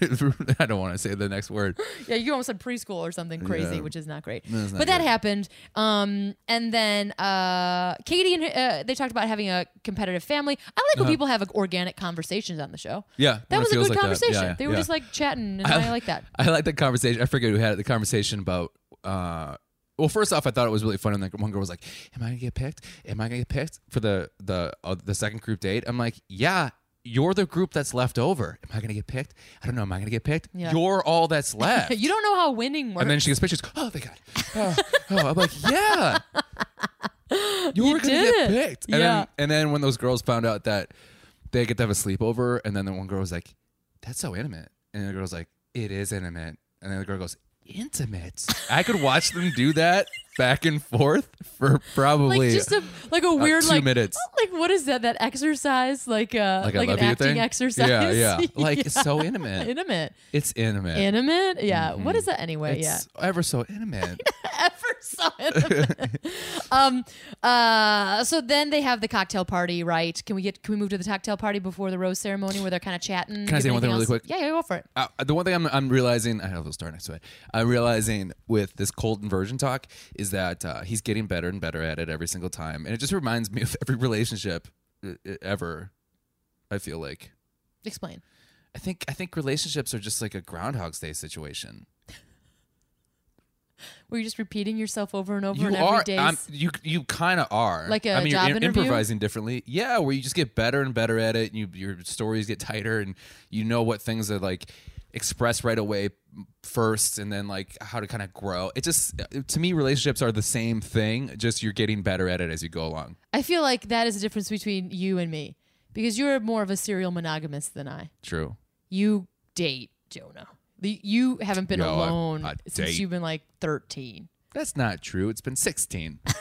I don't want to say the next word.
Yeah, you almost said preschool or something crazy, which is not great.
it's not
but that
good.
happened. Um, and then uh, Katie and uh, they talked about having a competitive family. I like
Uh-huh.
when people have like, organic conversations on the show.
Yeah,
that
when it
was a
feels
good
like that. Yeah,
conversation.
yeah,
they were
yeah.
just like chatting, and I, like that.
I like the conversation. I forget who had it. The conversation about. Uh, well, first off, I thought it was really fun. And like one girl was like, "Am I gonna get picked? Am I gonna get picked for the the uh, the second group date?" I'm like, "Yeah." You're the group that's left over. Am I gonna get picked? I don't know. Am I gonna get picked?
Yeah.
You're all that's left.
You don't know how winning works.
and then she gets pictures. Oh, thank God. Oh, oh. I'm like, yeah. You were gonna
did
get
it.
picked. And
Yeah.
then and then when those girls found out that they get to have a sleepover, and then the one girl was like, That's so intimate. And the girl's like, It is intimate. And then the girl goes, Intimate. I could watch them do that back and forth for
like
probably
just a like a weird
Uh, two
like
minutes.
like what is that that exercise like uh
like,
like,
I
an
love you
acting
thing.
exercise
Yeah, yeah. Like it's
Yeah.
so intimate.
intimate
It's intimate.
intimate yeah What is that anyway
Mm-hmm. it's
yeah
ever so intimate.
ever saw it. um, uh, so then they have the cocktail party, right? Can we get can we move to the cocktail party before the rose ceremony where they're kind of chatting?
Can I say one thing really quick?
Yeah, yeah, go for it.
uh, the one thing I'm, I'm realizing, I have a star next to it. I'm realizing with this cold inversion talk is that uh, he's getting better and better at it every single time, and it just reminds me of every relationship uh, uh, ever. I feel like
Explain.
I think I think relationships are just like a Groundhog's Day situation.
Were you just repeating yourself over and over
you
and
are
every day?
I'm- you you kind of are
Like a
I mean
job
you're im-
interview?
improvising differently yeah where you just get better and better at it and you, your stories get tighter and you know what things are like expressed right away first and then like how to kind of grow it just uh, to me relationships are the same thing just you're getting better at it as you go along
I feel like that is the difference between you and me because you're more of a serial monogamist than I.
true
You date Jonah. The- You haven't been
Yo, I-
alone
I
since
date.
you've been like 13.
that's not true it's been 16
know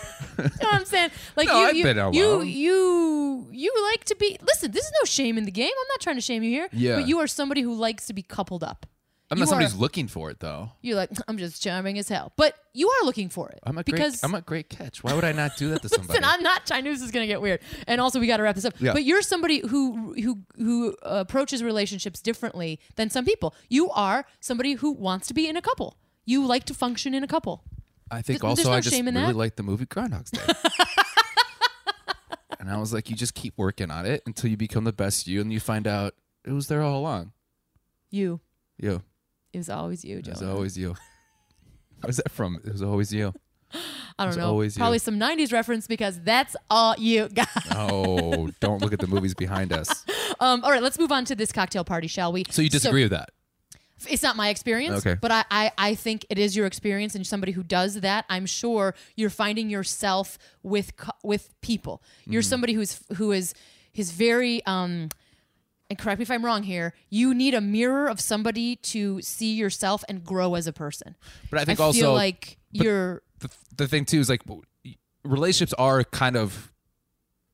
what I'm saying? Like
No,
you,
I've
you,
been
you,
alone.
you, you like to be. Listen, there's no shame in the game. I'm not trying to shame you here.
Yeah.
But you are somebody who likes to be coupled up.
i'm
You
not somebody
are-
who's looking for it though
You're like, I'm just charming as hell. But you are looking for it.
I'm a
because
great I'm a great catch why would I not do that to somebody
listen, I'm not trying. I knew This is gonna get weird. And also, we got to wrap this up.
Yeah.
But you're somebody who who who uh, approaches relationships differently than some people. You are somebody who wants to be in a couple. You like to function in a couple.
I think
Th-
also
there's no
I just
shame
really
in that.
liked the movie Groundhog's Day. and I was like, you just keep working on it until you become the best you, and you find out it was there all along.
You
You,
it was always you,
it
Jonah.
was always you. Where's that from? It was always you.
I don't
It's
know.
always you.
Probably some '90s reference because that's all you got.
Oh, don't look at the movies behind us.
Um, all right, let's move on to this cocktail party, shall we?
So you disagree with that?
f- it's not my experience,
Okay.
but I, I, I think it is your experience, and somebody who does that, I'm
Mm-hmm.
sure you're finding yourself with co- with people. You're somebody who's who is his very um and correct me if I'm wrong here, you need a mirror of somebody to see yourself and grow as a person.
But I think
I
also
feel like you're
the, the thing too is like w- relationships are kind of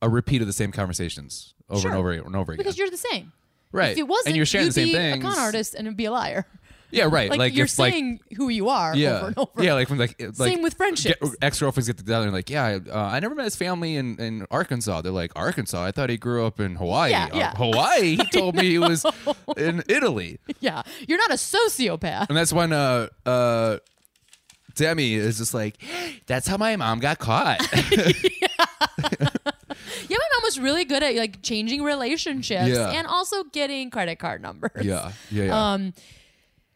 a repeat of the same conversations over and
Sure.
over and over again.
because you're the same.
right.
If it wasn't,
and you're sharing
you'd
the same
be
things.
a con artist and be a liar.
Yeah, right.
Like,
Like,
you're
if, like,
saying who you are
yeah,
over and over.
yeah, like when like it- like
Same with friendships.
Ex girlfriends get together and like, yeah, I, uh, I never met his family in, in Arkansas. They're like Arkansas. I thought he grew up in Hawaii.
Yeah,
Uh,
yeah.
Hawaii. He told me he was in Italy.
Yeah. You're not a sociopath.
And that's when uh uh Demi is just like, that's how my mom got caught.
Yeah, my mom was really good at like changing relationships
Yeah.
and also getting credit card numbers.
yeah, yeah, yeah.
Um,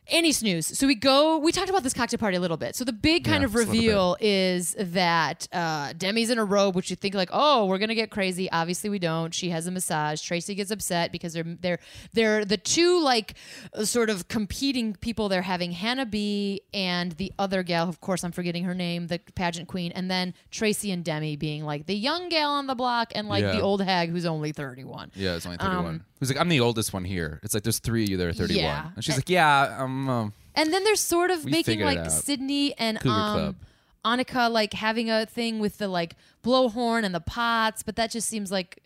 any snooze. So we go. We talked about this cocktail party a little bit. So the big kind
Yeah,
of
just a little
reveal is that uh, Demi's in a robe, which you think like, oh, we're gonna get crazy. Obviously, we don't. She has a massage. Tracy gets upset because they're they're they're the two like uh, sort of competing people. They're having Hannah B and the other gal. Of course, I'm forgetting her name, the pageant queen, and then Tracy and Demi being like the young gal on the block and like
Yeah.
the old hag who's only 31.
yeah, it's only 31. Who's like, I'm the oldest one here. It's like, there's three of you that are 31.
um, Yeah.
And she's like, yeah, I'm. Um,
And then there's sort of
We
making
figured it
like
out.
Sydney and
Cougar
um,
Club.
Annika like having a thing with the like blowhorn and the pots, but that just seems like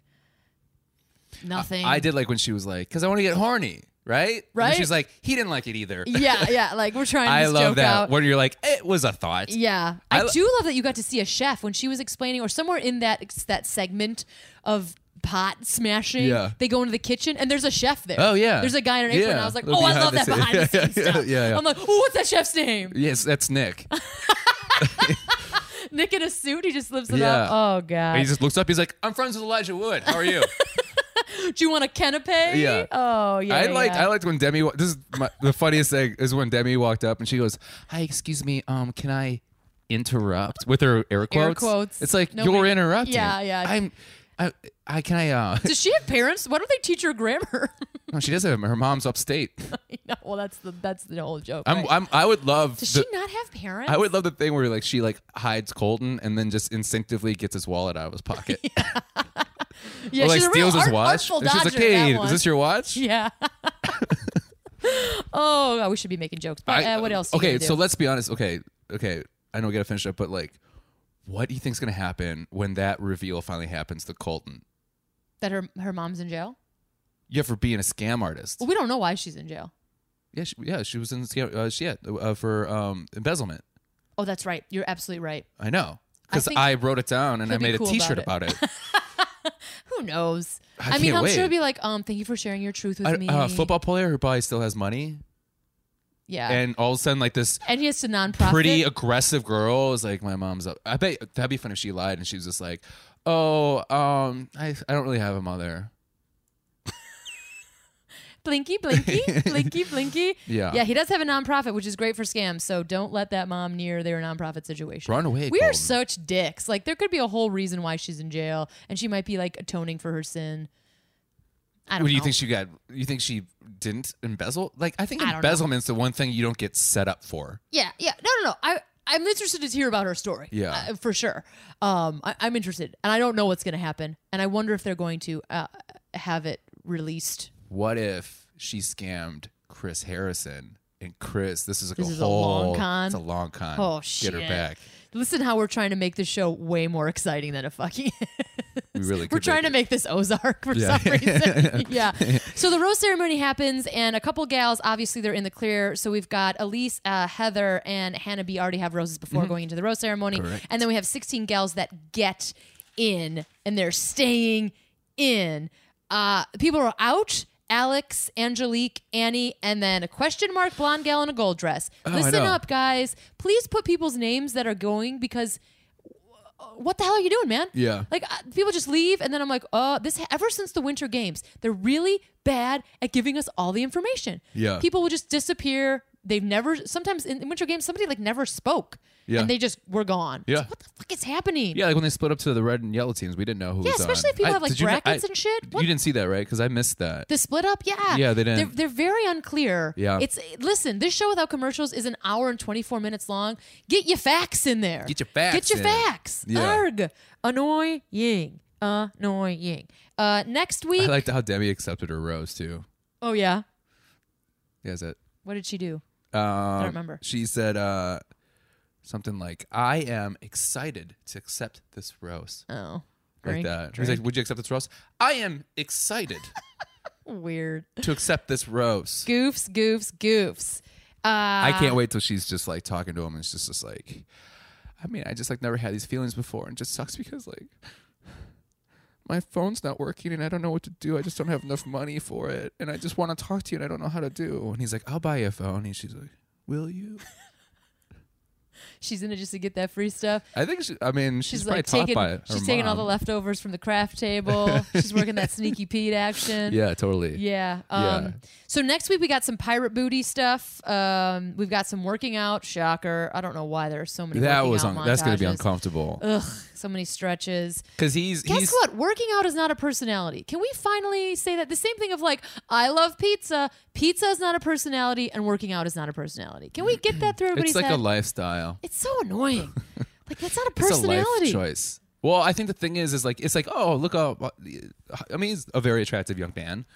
nothing.
I did like when she was like, because I want to get horny, right?
Right?
And she's like, he didn't like it either.
Yeah, yeah. Like we're trying.
I
this
love
joke
that.
Out.
When you're like, it was a thought.
Yeah, I,
I lo-
do love that you got to see a chef when she was explaining, or somewhere in that that segment of pot smashing.
Yeah.
they go into the kitchen and there's a chef there.
Oh, yeah.
there's a guy in an apron.
Yeah.
I was like,
Little
oh, I
behind
love
the
that behind
scenes.
the
Yeah,
scenes
yeah,
stuff.
yeah, yeah.
I'm like, oh, what's that chef's name?
Yes, that's Nick.
Nick in a suit. He just lifts it
Yeah.
up. Oh god.
he just looks up. He's like, I'm friends with Elijah Wood. How are you?
Do you want a canape?
Yeah.
Oh yeah.
I liked
yeah.
I liked when Demi. wa- This is my, the funniest thing is when Demi walked up and she goes, "Hi, excuse me, um, can I interrupt?" With her air quotes.
quotes.
It's like
Nobody-
you're interrupting.
Yeah, yeah.
I'm. I, I can I. Uh,
Does she have parents? Why don't they teach her grammar?
no, she doesn't. Her mom's upstate.
no, well that's the that's the whole joke.
I'm.
right?
I'm. I would love.
Does
the-
she not have parents?
I would love the thing where like she like hides Colton and then just instinctively gets his wallet out of his pocket.
yeah,
or like
she's a
steals
real
his
art-
watch.
artful
And she's like,
dodger, that
"Hey,
one.
is this your watch?"
Yeah. oh, God, we should be making jokes. But
I-
uh, what else? you
Okay,
gonna
so
do?
let's be honest. Okay, okay, I know we gotta finish up, but like, what do you think's gonna happen when that reveal finally happens to Colton?
that her her mom's in jail.
Yeah, for being a scam artist.
Well, we don't know why she's in jail.
uh, um,
Oh, um,
uh, "Oh, um,
Uh, Um, uh, uh, Uh, uh, "Oh, annoying. Uh, next
I
week.
liked how Debbie accepted her rose too.
oh yeah.
Yeah, is it?
What did she do?
Um,
I don't remember.
She said uh, something like, "I am excited to accept this rose."
Oh.
like
Drink,
that. He's
drink.
like, "Would you accept this rose?" I am excited
Oh, Weird.
to accept this rose.
Goofs, goofs, goofs. Uh,
I can't wait till she's just like talking to him, and it's just, just like, I mean, I just like never had these feelings before, and it just sucks because like my phone's not working, and I don't know what to do. I just don't have enough money for it, and I just want to talk to you, and I don't know how to do. And he's like, "I'll buy you a phone," and she's like, "Will you?"
She's in it just to get that free stuff.
I think she. I mean, she's,
She's
probably
like
taught
taking.
by her
She's taking all the
mom.
leftovers from the craft table. she's working that sneaky Pete action.
Yeah, totally.
Yeah.
Yeah.
Um, So next week we got some pirate booty stuff. Um, we've got some working out. Shocker. I don't know why there are so many.
that
working
was
out
un- that's gonna be
montages.
uncomfortable
Ugh. So many stretches.
because he's
Guess
he's
what? Working out is not a personality. Can we finally say that? The same thing of like, I love pizza. Pizza is not a personality, and working out is not a personality. Can we get that through everybody's
it's like
head?
a lifestyle.
it's so annoying. like that's not a
It's a
personality.
life choice. Well, I think the thing is, is like it's like oh look up. I mean, he's a very attractive young man,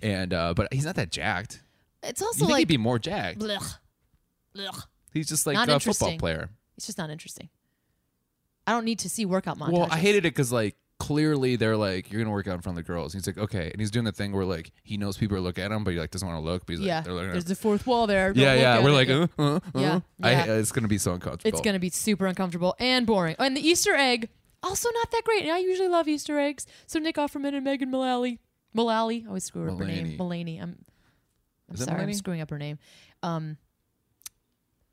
and uh but he's not that jacked.
It's
You
also
think
like,
he'd be more jacked?
blech, blech.
He's just like
Not
a football
interesting.
player.
It's just not interesting. I don't need to see workout montages.
Well, I hated it because like clearly they're like you're gonna work out in front of the girls. he's like okay, and he's doing the thing where like he knows people are looking at him, but he like doesn't want to look. But he's
yeah,
like, they're looking at
there's
him.
the fourth wall there. Don't
yeah,
look
yeah.
at
We're
it.
like,
Yeah.
uh, uh,
Yeah,
uh. I,
yeah.
it's gonna be so uncomfortable.
it's going to be super uncomfortable and boring. And the Easter egg, also not that great. And I usually love Easter eggs. So Nick Offerman and Megan Mullally, Mullally, I always screw up her name. Mulaney. I'm, I'm
Is it
sorry, I'm
Mulaney?
screwing up her name. Um,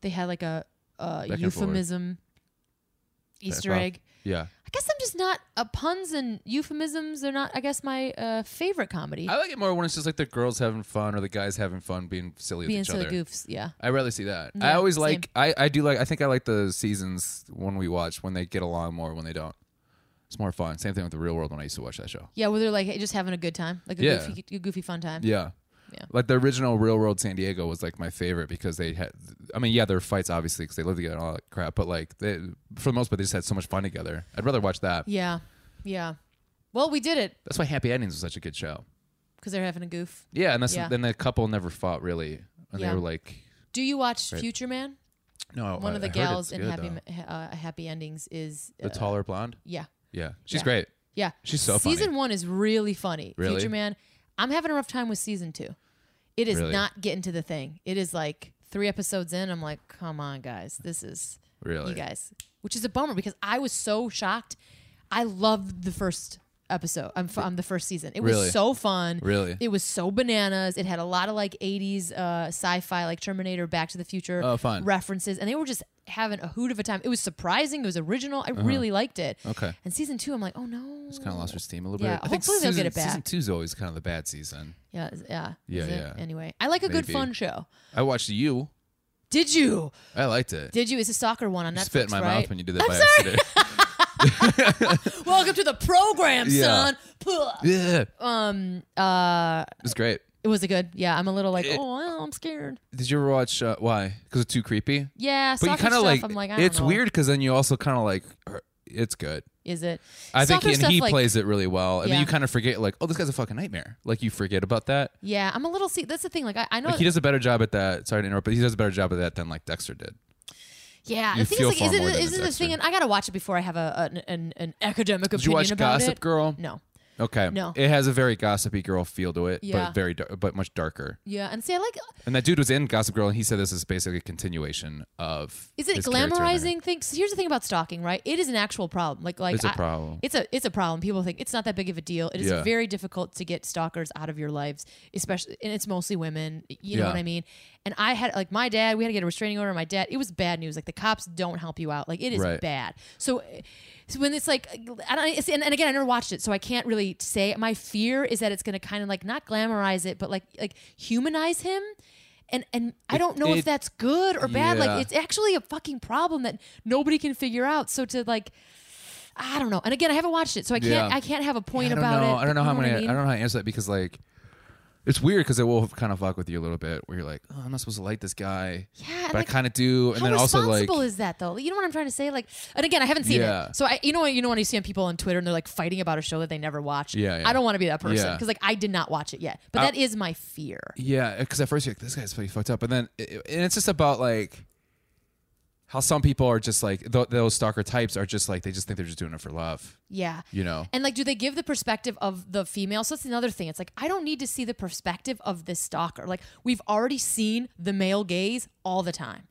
they had like a, a
and forth.
euphemism Easter
off.
egg.
yeah.
I guess I'm just not uh, puns and euphemisms. They're not, I guess, my uh, favorite comedy.
I like it more when it's just like the girls having fun or the guys having fun being silly
Being
with each
silly
other.
goofs, yeah.
I rather see that. I
Yeah,
always
same.
like I, I do like I think I like the seasons when we watch when they get along more when they don't. It's more fun. Same thing with the real world when I used to watch that show.
Yeah, where they're like just having a good time, like a
Yeah.
goofy, a goofy fun time.
Yeah.
Yeah.
Like the original Real World San Diego was like my favorite because they had, I mean, yeah, there were fights obviously because they lived together and all that crap, but like they, for the most part, they just had so much fun together. I'd rather watch that.
Yeah, yeah. Well, we did it
That's why Happy Endings was such a good show.
because they're having a goof.
Yeah. And that's,
Yeah.
then the couple never fought really. And
Yeah.
they were like,
Do you watch
Right.
Future Man?
no,
One
I-
of the
I heard
gals
it's
in
good,
Happy
though.
Ma- uh, Happy Endings is
The
uh,
taller blonde.
yeah,
Yeah. She's
Yeah.
great.
yeah.
She's so funny.
season one is really funny.
Really?
Future Man, I'm having a rough time with season two. It is
Really?
not getting to the thing. It is like three episodes in. I'm like, come on, guys, this is
Really.
you guys, which is a bummer because I was so shocked. I loved the first episode. I'm f- um, the first season. It
Really?
was so fun.
Really?
it was so bananas. It had a lot of like 80s uh, sci-fi, like Terminator, Back to the Future
Oh, fun.
references, and they were just having a hoot of a time. It was surprising. It was original. I really liked it.
Uh-huh. Okay.
And season two, I'm like, oh no,
It's kind of lost her steam a little
Yeah,
bit. I think
hopefully
season,
they'll get it back.
Season two's always kind of the bad season.
Yeah, is- yeah,
Yeah,
is it?
yeah.
Anyway, I like a good
Maybe.
fun show.
I watched You.
Did you?
I liked it.
Did you? It's a soccer one on Netflix,
spit in my
right?
mouth when you did that by accident.
Welcome to the program,
Yeah.
son. Puh.
yeah.
Um. Uh.
It was great.
It was a good. Yeah, I'm a little like,
It-
oh, well, I'm scared.
Did you ever watch uh, why? Because it's too creepy.
Yeah,
But you
soccer
kind of
stuff.
like,
I'm like, I
it's
don't know.
weird because then you also kind of like er, it's good.
Is it?
I
Soccer
think he,
stuff,
and he
like-
plays it really well, and then
Yeah.
you kind of forget like oh this guy's a fucking nightmare. Like you forget about that.
Yeah, I'm a little. See, that's the thing. Like, I, I know.
Like he does a better job at that. Sorry to interrupt, but he does a better job at that than like Dexter did.
yeah,
you
the thing
feel
is,
far
like, is
more
it,
than
is
it's
it the
extra.
thing? And I gotta watch it before I have a an, an, an academic
Did you
opinion
watch
about
Gossip
it.
Girl?
No.
Okay.
No.
It has a very gossipy girl feel to it,
Yeah.
but very dar- but much darker.
Yeah, and see, I like.
And that dude was in Gossip Girl, and he said this is basically a continuation of.
Is it
his character in there.
glamorizing things? Here's the thing about stalking, right? It is an actual problem. Like, like
It's a
I-
problem.
It's a it's a problem. People think it's not that big of a deal. It is
Yeah.
very difficult to get stalkers out of your lives, especially and it's mostly women. You know
Yeah.
what I mean? And I had like my dad, we had to get a restraining order. on My dad, it was bad news. Like the cops don't help you out. Like it is
Right.
bad. So, uh, so when it's like, I don't, it's, and, and again, I never watched it, so I can't really say. My fear is that it's going to kind of like not glamorize it, but like like humanize him. And, and I don't know
it-
if that's good or bad.
Yeah.
Like it's actually a fucking problem that nobody can figure out. So to like, I don't know. And again, I haven't watched it, so I can't.
Yeah.
I can't have a point
I don't
about
know.
it.
I don't know
You
how I'm
what
gonna. I,
mean?
don't know how to answer that because like It's weird because it will kind of fuck with you a little bit, where you're like, oh, I'm not supposed to like this guy,
Yeah, and
but
like,
I kind of do, and
How
then also like,
responsible is that though? You know what I'm trying to say? Like, and again, I haven't seen
Yeah.
it, so I, you know what, you know when you see on people on Twitter and they're like fighting about a show that they never watched.
Yeah, yeah.
I don't want to be that person
Yeah.
because like I did not watch it yet, but
I-
that is my fear.
yeah, because at first you're like, this guy's pretty fucked up, and then it, and it's just about like how some people are just like th- those stalker types are just like they just think they're just doing it for love,
Yeah.
you know?
And like, do they give the perspective of the female? So that's another thing. It's like I don't need to see the perspective of this stalker. Like we've already seen the male gaze all the time.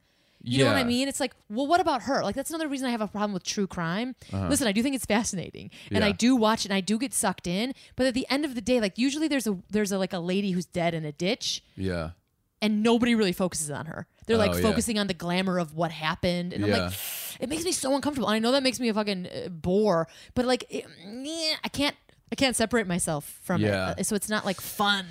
You know what I
Yeah.
mean? It's like, well, what about her? Like that's another reason I have a problem with true crime. Listen, I do think it's fascinating, and I
Uh-huh. Yeah.
do watch it, and I do get sucked in. But at the end of the day, like usually there's a there's a like a lady who's dead in a ditch,
Yeah.
and nobody really focuses on her. They're like
Oh, yeah.
focusing on the glamour of what happened, and I'm
Yeah.
like, it makes me so uncomfortable. I know that makes me a fucking uh, bore, but like, it, meh, I can't, I can't separate myself from
Yeah.
it. Uh, So it's not like fun.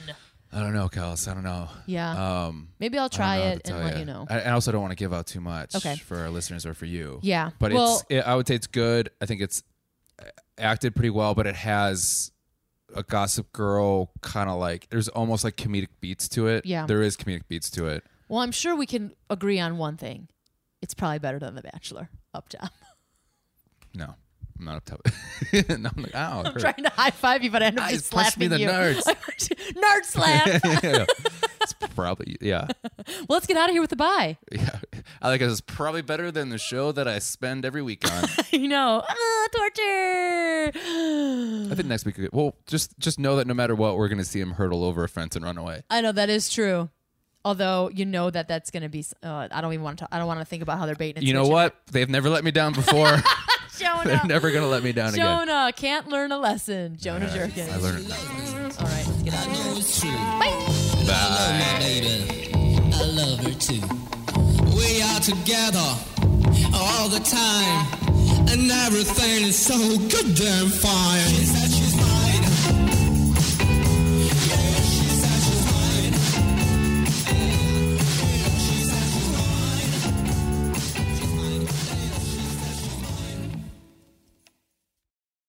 I don't know, Kels. I don't know.
Yeah.
Um,
Maybe I'll
I
try
don't know
it
what to
and
tell
let you know.
I, I also don't want to give out too much
Okay.
for our listeners or for you.
Yeah.
But
Well-
it's, it, I would say it's good. I think it's uh, acted pretty well, but it has a Gossip Girl kind of like, there's almost like comedic beats to it.
Yeah.
There is comedic beats to it.
well, I'm sure we can agree on one thing. It's probably better than The Bachelor up top.
No, I'm not up top. no, I'm like, ow. it
I'm
hurt.
trying to high five you, but I end up
Ah,
just
it punched me
slapping
in the
you.
nerds.
nerd slap. well,
Yeah. It's probably, yeah.
let's get out of here with the bye.
Yeah. I like it. It's probably better than the show that I spend every week on.
you know, Ah, torture.
I think next week. Well, just just know that no matter what, we're going to see him hurdle over a fence and run away.
I know that is true. Although you know that that's going to be, uh, I don't even want to. I don't want to think about how they're baiting. And
You know
switching.
what? They've never let me down before. They're
Jonah?
never going to let me down again.
Jonah can't learn a lesson. Jonah Jerkins.
I learned that.
All right, let's get out of here.
Bye.
baby. I love her too. We are together all the time, and everything is so goddamn fine. Is that you?